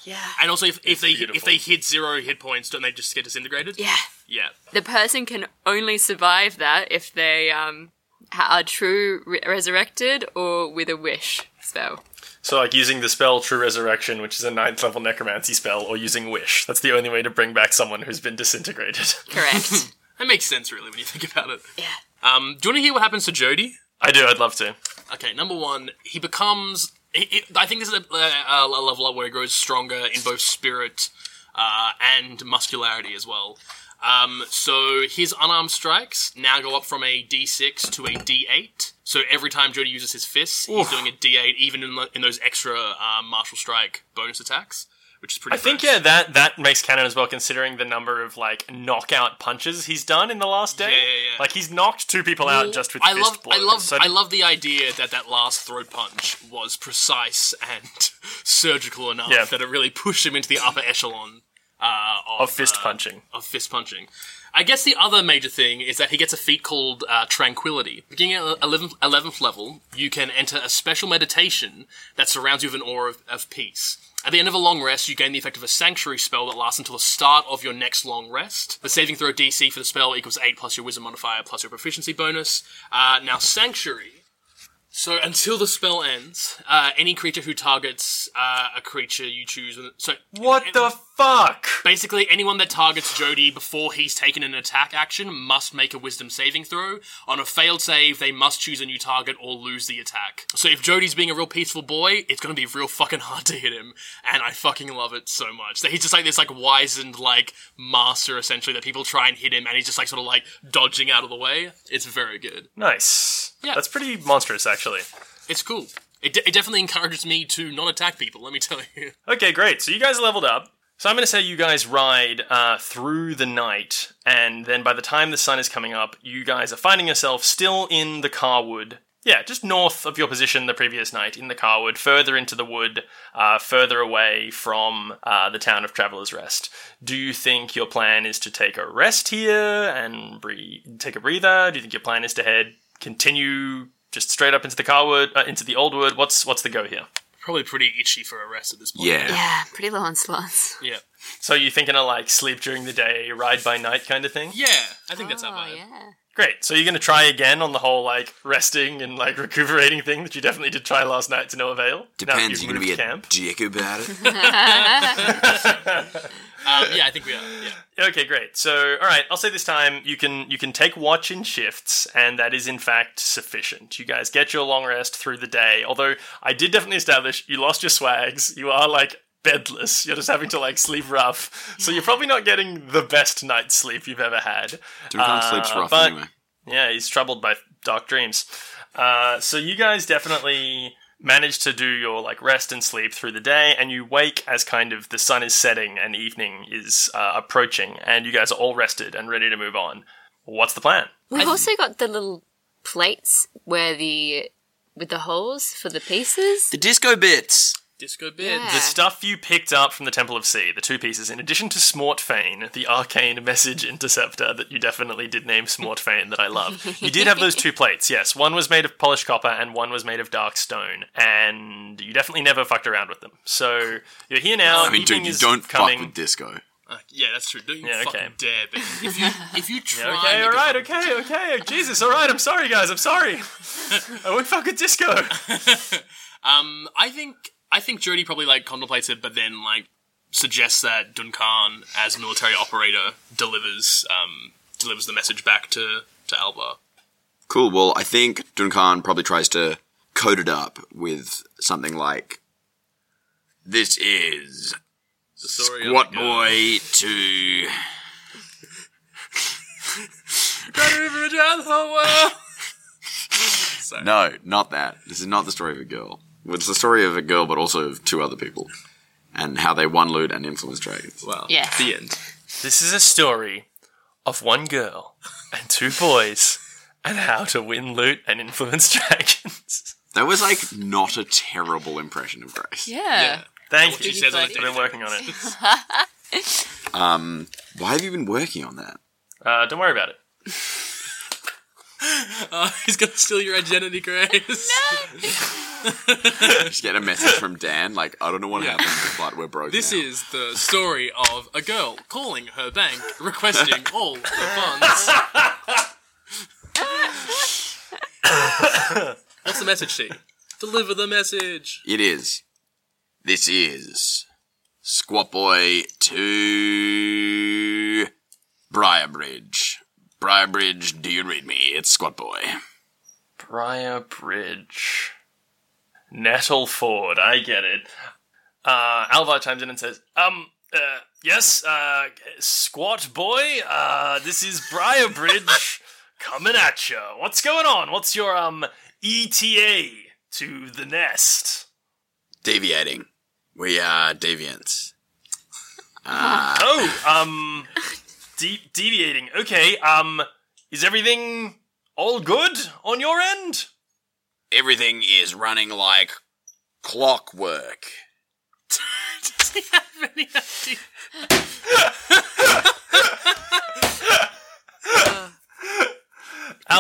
D: Yeah.
B: And also, if, if they if
A: beautiful.
B: they hit zero hit points, don't they just get disintegrated?
D: Yeah.
B: Yeah.
D: The person can only survive that if they um, ha- are true re- resurrected or with a wish spell.
A: So, like using the spell True Resurrection, which is a ninth level necromancy spell, or using Wish. That's the only way to bring back someone who's been disintegrated. <laughs>
D: Correct.
B: That makes sense, really, when you think about it.
D: yeah.
B: Um, do you want to hear what happens to Jody?
A: I do. I'd love to.
B: Okay, number one, he becomes. He, he- I think this is a, a, a level up where he grows stronger in both spirit uh, and muscularity as well. Um, so his unarmed strikes now go up from a D6 to a D8. So every time Jody uses his fists, he's doing a D8, even in, the, in those extra um, martial strike bonus attacks, which is pretty.
A: I think
B: fresh.
A: yeah, that that makes canon as well, considering the number of like knockout punches he's done in the last day.
B: Yeah, yeah, yeah.
A: Like he's knocked two people out just with
B: I
A: fist
B: love,
A: blows.
B: I love,
A: so
B: I love the idea that that last throat punch was precise and <laughs> surgical enough
A: Yeah.
B: that it really pushed him into the upper echelon uh, of,
A: of fist
B: uh,
A: punching.
B: of fist punching. I guess the other major thing is that he gets a feat called uh, Tranquility. Beginning at 11th, 11th level, you can enter a special meditation that surrounds you with an aura of, of peace. At the end of a long rest, you gain the effect of a sanctuary spell that lasts until the start of your next long rest. The saving throw DC for the spell equals 8 plus your wisdom modifier plus your proficiency bonus. Uh, now, sanctuary so until the spell ends, uh, any creature who targets uh, a creature you choose. So
A: What the fuck?
B: basically, anyone that targets Jody before he's taken an attack action must make a Wisdom saving throw. On a failed save, they must choose a new target or lose the attack. So if Jody's being a real peaceful boy, it's going to be real fucking <laughs> hard to hit him, and I fucking love it so much. That he's just like this like wizened like master essentially that people try and hit him, and he's just like sort of like dodging out of the way. It's very good
A: Nice.
B: Yeah.
A: That's pretty monstrous, actually.
B: it's cool. It, de- it definitely encourages me to not attack people. Let me tell <laughs> you.
A: Okay, great. So you guys leveled up. So I'm going to say you guys ride uh, through the night, and then by the time the sun is coming up, you guys are finding yourself still in the Carwood. Yeah, just north of your position the previous night in the Carwood, further into the wood, uh, further away from uh, the town of Traveler's Rest. Do you think your plan is to take a rest here and bre- take a breather? Do you think your plan is to head continue just straight up into the Carwood, uh, into the Old Wood? What's what's the go here?
B: Probably pretty itchy for a rest at this point.
C: Yeah.
D: <laughs> Yeah, pretty low on slots.
B: Yeah.
A: So you're thinking of like sleep during the day, ride by night kind of thing?
B: Yeah. I think that's our
D: Oh,
B: vibe.
D: yeah.
A: Great. So you're going to try again on the whole like resting and like <laughs> recuperating thing that you definitely did try last night to no avail. Now that
C: Depends.
A: you've
C: You're going to
A: moved
C: be a dick
A: <laughs>
C: about it.
B: Um, yeah, I think we are. Yeah.
A: Okay, great. So, all right, I'll say this time you can you can take watch in shifts, and that is in fact sufficient. You guys get your long rest through the day. Although I did definitely establish you lost your swags. You are like bedless. You're just having to like sleep rough. So you're probably not getting the best night's sleep you've ever had.
C: Duncan
A: Uh,
C: sleeps rough
A: but-
C: anyway.
A: Yeah, he's troubled by dark dreams. Uh, so you guys definitely manage to do your like rest and sleep through the day, and you wake as kind of the sun is setting and evening is uh, approaching, and you guys are all rested and ready to move on. What's the plan?
D: We've also got the little plates where the with the holes for the pieces.
C: The disco bits.
B: Disco bid.
D: Yeah.
A: The stuff you picked up from the Temple of Sea, the two pieces, in addition to Smortfane, the arcane message interceptor that you definitely did name Smortfane that I love. You did have those
B: <laughs>
A: two plates, yes. One was made of polished copper and one was made of dark stone, and you definitely never fucked around with them. So you're here now.
C: I mean,
A: evening
C: dude, you
A: is
C: don't
A: coming.
C: fuck with disco.
B: Uh, yeah, that's true. Don't you
A: Yeah,
B: fucking
A: okay.
B: dare. But if you if you try,
A: Yeah,
B: and
A: okay,
B: make
A: all
B: a-
A: right, okay, okay. Jesus, all right. I'm sorry, guys. I'm sorry.
B: <laughs>
A: I won't fuck with disco.
B: Um, I think I think Jody probably like contemplates it, but then like suggests that Duncan, as military operator, delivers um delivers the message back to to Alba.
C: Cool. Well, I think Duncan probably tries to code it up with something like, "This is
B: The story
C: Squat Boy to." No, not that. This is not the story of a girl. It's the story of a girl, but also of two other people, and how they won loot and influenced dragons.
B: Wow.
D: Yeah.
B: The end.
A: <laughs> This is a story of one girl and two boys and how to win loot and influence dragons.
C: That was like not a terrible impression of Grace.
D: Yeah.
A: Thank
B: She
A: you.
B: says on
A: I've been working on
B: <laughs>
A: it.
C: Um, why have you been working on that?
A: Uh, don't worry about it.
B: Uh, <laughs> he's gonna steal your identity, Grace.
C: Just get a message from Dan, like, I don't know what happened, but we're broke.
B: This
C: now."
B: is the story of a girl calling her bank <laughs> requesting all the funds. What's the message, T? Deliver the message.
C: It is. This is Squat Boy to Briarbridge. Briarbridge, do you read me? It's Squat Boy.
A: Briar Bridge. Nettle Ford, I get it. Uh, Alvar chimes in and says, um, uh, yes, uh, squat boy, uh, this is Briar Bridge coming at you. What's going on? What's your, um, ETA to the nest?
C: Deviating. We are deviants.
A: Oh, um, de- deviating. Okay, um, is everything all good on your end?
C: Everything is running like clockwork. We're missing. I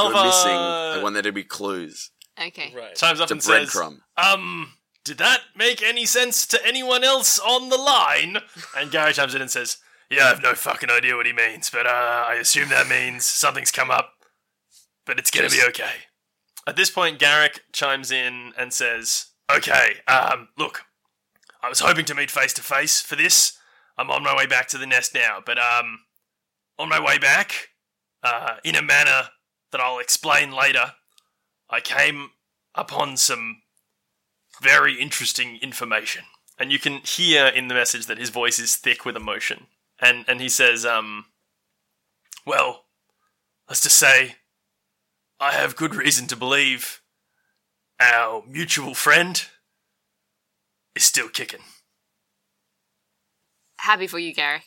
A: Alvar
C: want there to be clues.
D: Okay.
B: Right.
A: chimes up
C: It's a
A: and says,
C: breadcrumb.
A: Um, did that make any sense to anyone else on the line? And Gary chimes in and says, Yeah, I have no fucking idea what he means, but uh, I assume that means something's come up, but it's gonna be okay. At this point, Garrick chimes in and says, Okay, um, look, I was hoping to meet face to face for this. I'm on my way back to the nest now, but, um, on my way back, uh, in a manner that I'll explain later, I came upon some very interesting information. And you can hear in the message that his voice is thick with emotion. And and he says, um Well, let's just say I have good reason to believe our mutual friend is still kicking.
D: Happy for you, Gareth.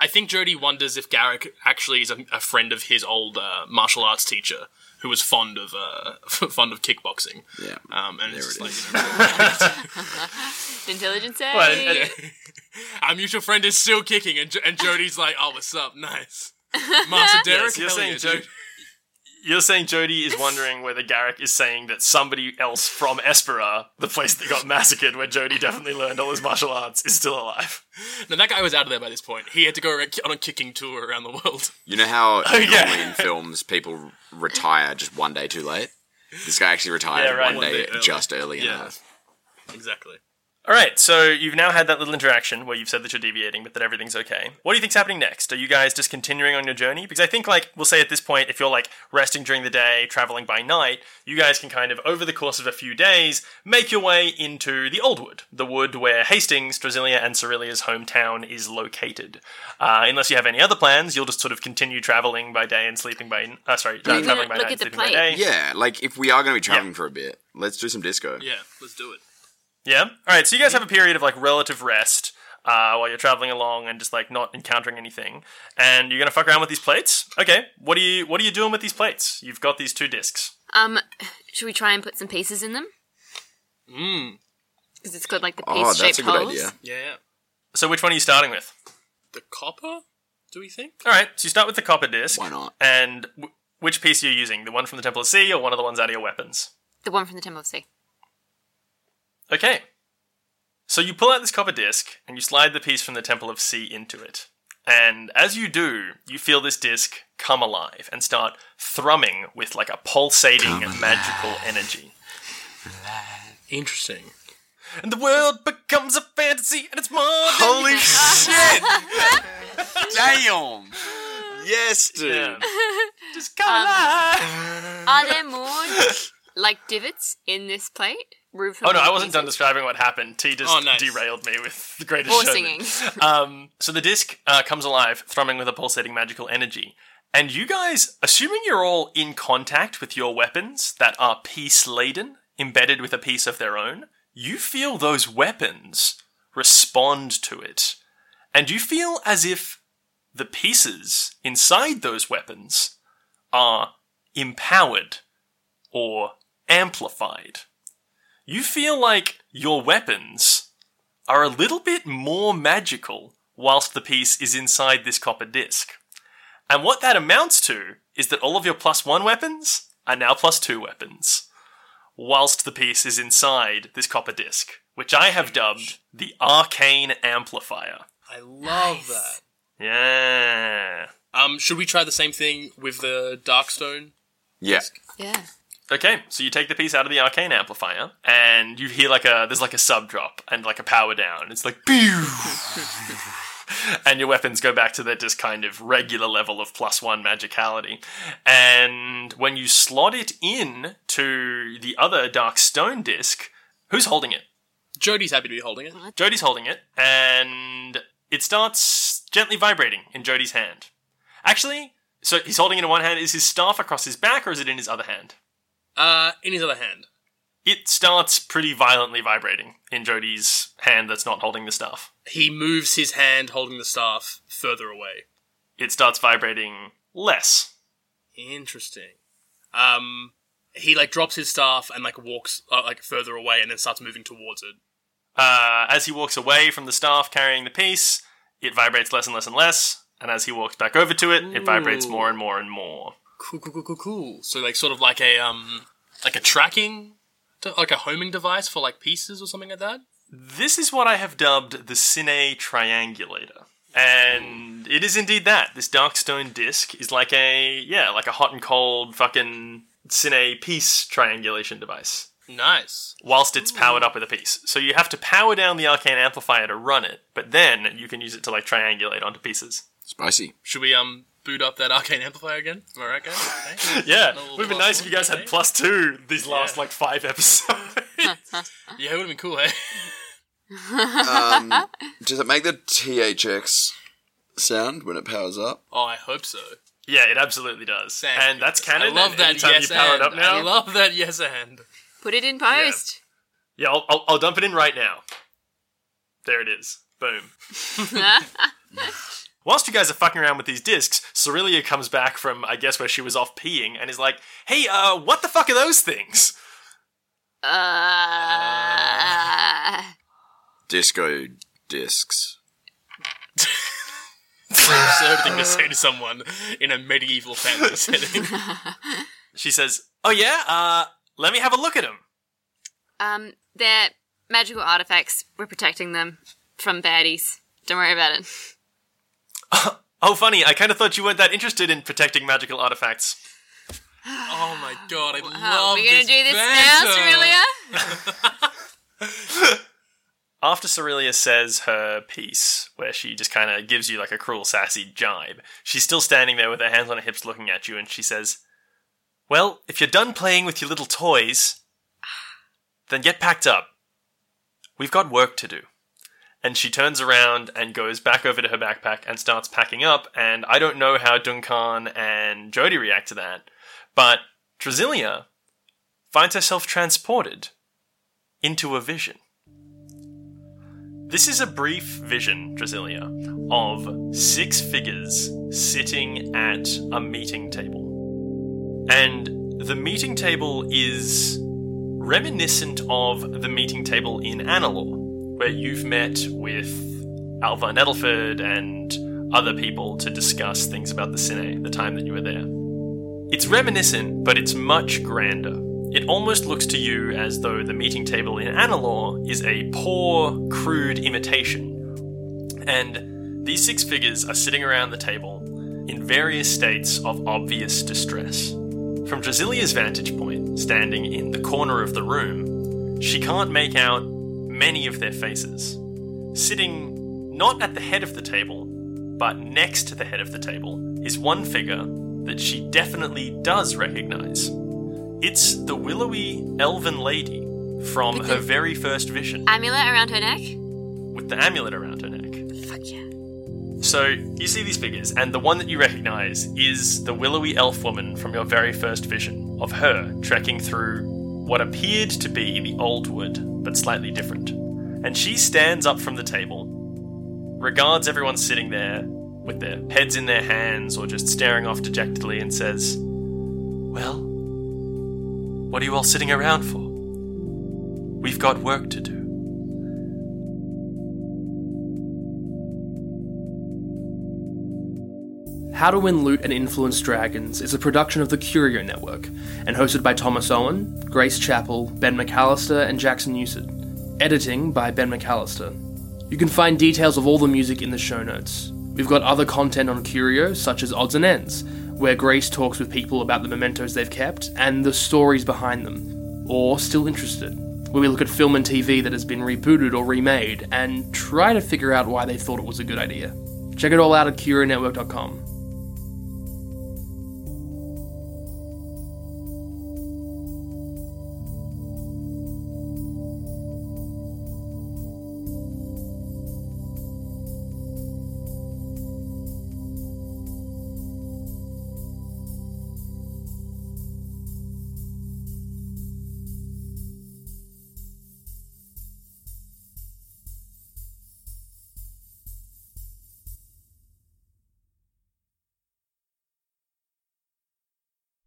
B: I think Jody wonders if Garrick actually is a, a friend of his old uh, martial arts teacher who was fond of uh, <laughs> fond of kickboxing.
C: Yeah.
A: Ah.
B: Um, and it's
C: There
B: just
C: it
B: like,
C: is.
B: <laughs> you know,
D: Intelligence A.
A: Well, and- and-
B: our mutual friend is still kicking, and, jo- and Jody's like, "Oh, what's up? Nice, Master Derek."
A: you're
B: hell
A: saying
B: yeah,
A: Jo-
B: dude."
A: You're saying Jody is wondering whether Garrick is saying that somebody else from Espera, the place that got massacred where Jody definitely learned all his martial arts, is still alive.
B: Now that guy was out of there by this point. He had to go on a kicking tour around the world. <laughs>
C: You
A: <laughs>
C: know how
A: Oh, yeah.
C: normally in films people retire just one day too late? This guy actually retired
A: Yeah, right.
C: one
A: One
C: day,
B: day early.
C: just early
B: Yeah.
C: enough.
B: Exactly.
A: All right, so you've now had that little interaction where you've said that you're deviating, but that everything's okay. What do you think's happening next? Are you guys just continuing on your journey? Because I think, like, we'll say at this point, if you're like resting during the day, traveling by night, you guys can kind of, over the course of a few days, make your way into the Old Wood, the wood where Hastings, Drasilia, and Cerilia's hometown is located. Uh, unless you have any other plans, you'll just sort of continue traveling by day and sleeping by. Uh, sorry, uh,
D: mean,
A: traveling by
D: look
A: night
D: at
A: and
D: the
A: sleeping by day.
D: plate.
C: Yeah, like if we are going to be traveling for a bit, let's do some disco.
B: Yeah, let's do it.
A: Yeah. All right. So you guys have a period of like relative rest uh, while you're traveling along and just like not encountering anything, and you're gonna fuck around with these plates. Okay. What are you What are you doing with these plates? You've got these two discs.
D: Um, should we try and put some pieces in them?
A: Mm.
D: Because it's got like the
C: Oh,
D: piece
C: that's
D: shaped
C: a good
D: holes.
C: idea.
B: Yeah, yeah.
A: So which one are you starting with?
B: The copper? Do we think?
A: All right. So you start with the copper disc.
C: Why not?
A: And w- which piece are you using? The one from the Temple of Sea or one of the ones out of your weapons?
D: The one from the Temple of Sea.
A: Okay. So you pull out this copper disc and you slide the piece from the Temple of Sea into it. And as you do, you feel this disc come alive and start thrumming with like a pulsating magical energy.
B: Interesting.
A: And the world becomes a fantasy and it's more than
C: Holy shit! Damn! Yes, dude.
A: Yeah. Just come alive.
D: Are
A: <laughs>
D: there more like divots in this plate? Roof
A: Oh no, I wasn't done describing what happened. T just
B: Oh, nice.
A: derailed me with the greatest
D: Or
A: showman.
D: singing.
A: <laughs> Um, so the disc uh, comes alive, thrumming with a pulsating magical energy. And you guys, assuming you're all in contact with your weapons that are piece laden, embedded with a piece of their own, you feel those weapons respond to it. And you feel as if the pieces inside those weapons are empowered or amplified. You feel like your weapons are a little bit more magical whilst the piece is inside this copper disc. And what that amounts to is that all of your plus one weapons are now plus two weapons, whilst the piece is inside this copper disc, which I have dubbed the Arcane Amplifier.
B: I love that.
A: Yeah.
B: Um, should we try the same thing with the Darkstone?
C: Yeah.
D: yeah.
A: Okay, so you take the piece out of the arcane amplifier, and you hear like a there's like a sub drop and like a power down. It's like <laughs> pew, and your weapons go back to their just kind of regular level of plus one magicality. And when you slot it in to the other dark stone disc, who's holding it?
B: Jody's happy to be holding it.
A: Jody's holding it, and it starts gently vibrating in Jody's hand. Actually, so he's holding it in one hand. Is his staff across his back, or is it in his other hand?
B: Uh, in his other hand.
A: it starts pretty violently vibrating in Jody's hand that's not holding the staff.
B: He moves his hand holding the staff further away.
A: It starts vibrating less.
B: Interesting. Um, he like drops his staff and like walks uh, like further away and then starts moving towards it.
A: Uh, as he walks away from the staff carrying the piece, it vibrates less and less and less. And as he walks back over to it, it vibrates
B: Ooh.
A: more and more and more.
B: Cool, cool, cool, cool, cool. So like sort of like a um, like a tracking, de- like a homing device for like pieces or something like that.
A: This is what I have dubbed the Cine Triangulator. And it is indeed that. This Darkstone disc is like a, yeah, like a hot and cold fucking Cine piece triangulation device.
B: Nice.
A: whilst it's powered up with a piece. So you have to power down the arcane amplifier to run it, but then you can use it to like triangulate onto pieces.
C: Spicy.
B: Should we um boot up that arcane amplifier again? Am I right, guys? Okay.
A: Yeah,
B: Little
A: would have been
B: plus
A: nice if you guys
B: one,
A: had
B: eh?
A: plus two these last
B: Yeah.
A: like five episodes.
B: yeah, it would have been cool, hey? <laughs>
C: Um, does it make the THX sound when it powers up?
B: Oh, I hope so.
A: <laughs> yeah, it absolutely does,
B: Thank
A: and
B: you.
A: that's
B: I
A: canon.
B: love
A: and
B: that
A: anytime
B: yes
A: you power it
B: and.
A: up now.
B: I love that yes and. <laughs>
D: Put it in post.
A: yeah, I'll, I'll, I'll dump it in right now. There it is.
B: <laughs>
A: Boom. Whilst you guys are fucking around with these discs, Cerilia comes back from I guess where she was off peeing and is like, "Hey, uh, what the fuck are those things?"
D: Uh,
A: Uh.
C: Disco discs.
F: absurd thing to say to someone in a medieval
B: <laughs>
F: fantasy
A: <laughs>
F: setting.
A: She says, "Oh yeah, uh, let me have a look at him."
D: Um, they're magical artifacts. We're protecting them from baddies. Don't worry about it.
A: Oh, funny. I kind of thought you weren't that interested in protecting magical artifacts.
F: Oh my god, I
D: Oh,
F: love
D: we're gonna
F: this
D: do this now,
F: banter.
D: Cerelia.
A: After Cerelia says her piece, where she just kind of gives you like a cruel, sassy jibe, she's still standing there with her hands on her hips, looking at you, and she says, "Well, if you're done playing with your little toys, then get packed up. We've got work to do." And she turns around and goes back over to her backpack and starts packing up. And I don't know how Duncan and Jody react to that, but Drasilia finds herself transported into a vision. This is a brief vision, Drasilia, of six figures sitting at a meeting table. And the meeting table is reminiscent of the meeting table in Analore, where you've met with Alva Nettleford and other people to discuss things about the Cine the time that you were there. It's reminiscent, but it's much grander. It almost looks to you as though the meeting table in Analore is a poor, crude imitation. And these six figures are sitting around the table in various states of obvious distress. From Drasilia's vantage point, standing in the corner of the room, she can't make out many of their faces. Sitting not at the head of the table, but next to the head of the table is one figure that she definitely does recognize. It's the willowy elven lady from her very first vision,
D: Amulet around her neck.
A: with the amulet around her neck.
D: Fuck yeah.
A: So you see these figures, and the one that you recognize is the willowy elf woman from your very first vision of her trekking through what appeared to be the old wood, but slightly different. And she stands up from the table, regards everyone sitting there with their heads in their hands or just staring off dejectedly, and says, Well, what are you all sitting around for? We've got work to do.
B: How to Win Loot and Influence Dragons is a production of the Curio Network and hosted by Thomas Owen, Grace Chappell, Ben McAllister, and Jackson Newsett. Editing by Ben McAllister. You can find details of all the music in the show notes. We've got other content on Curio, such as Odds and Ends, where Grace talks with people about the mementos they've kept and the stories behind them, or Still Interested, where we look at film and TV that has been rebooted or remade and try to figure out why they thought it was a good idea. Check it all out at CurioNetwork.com.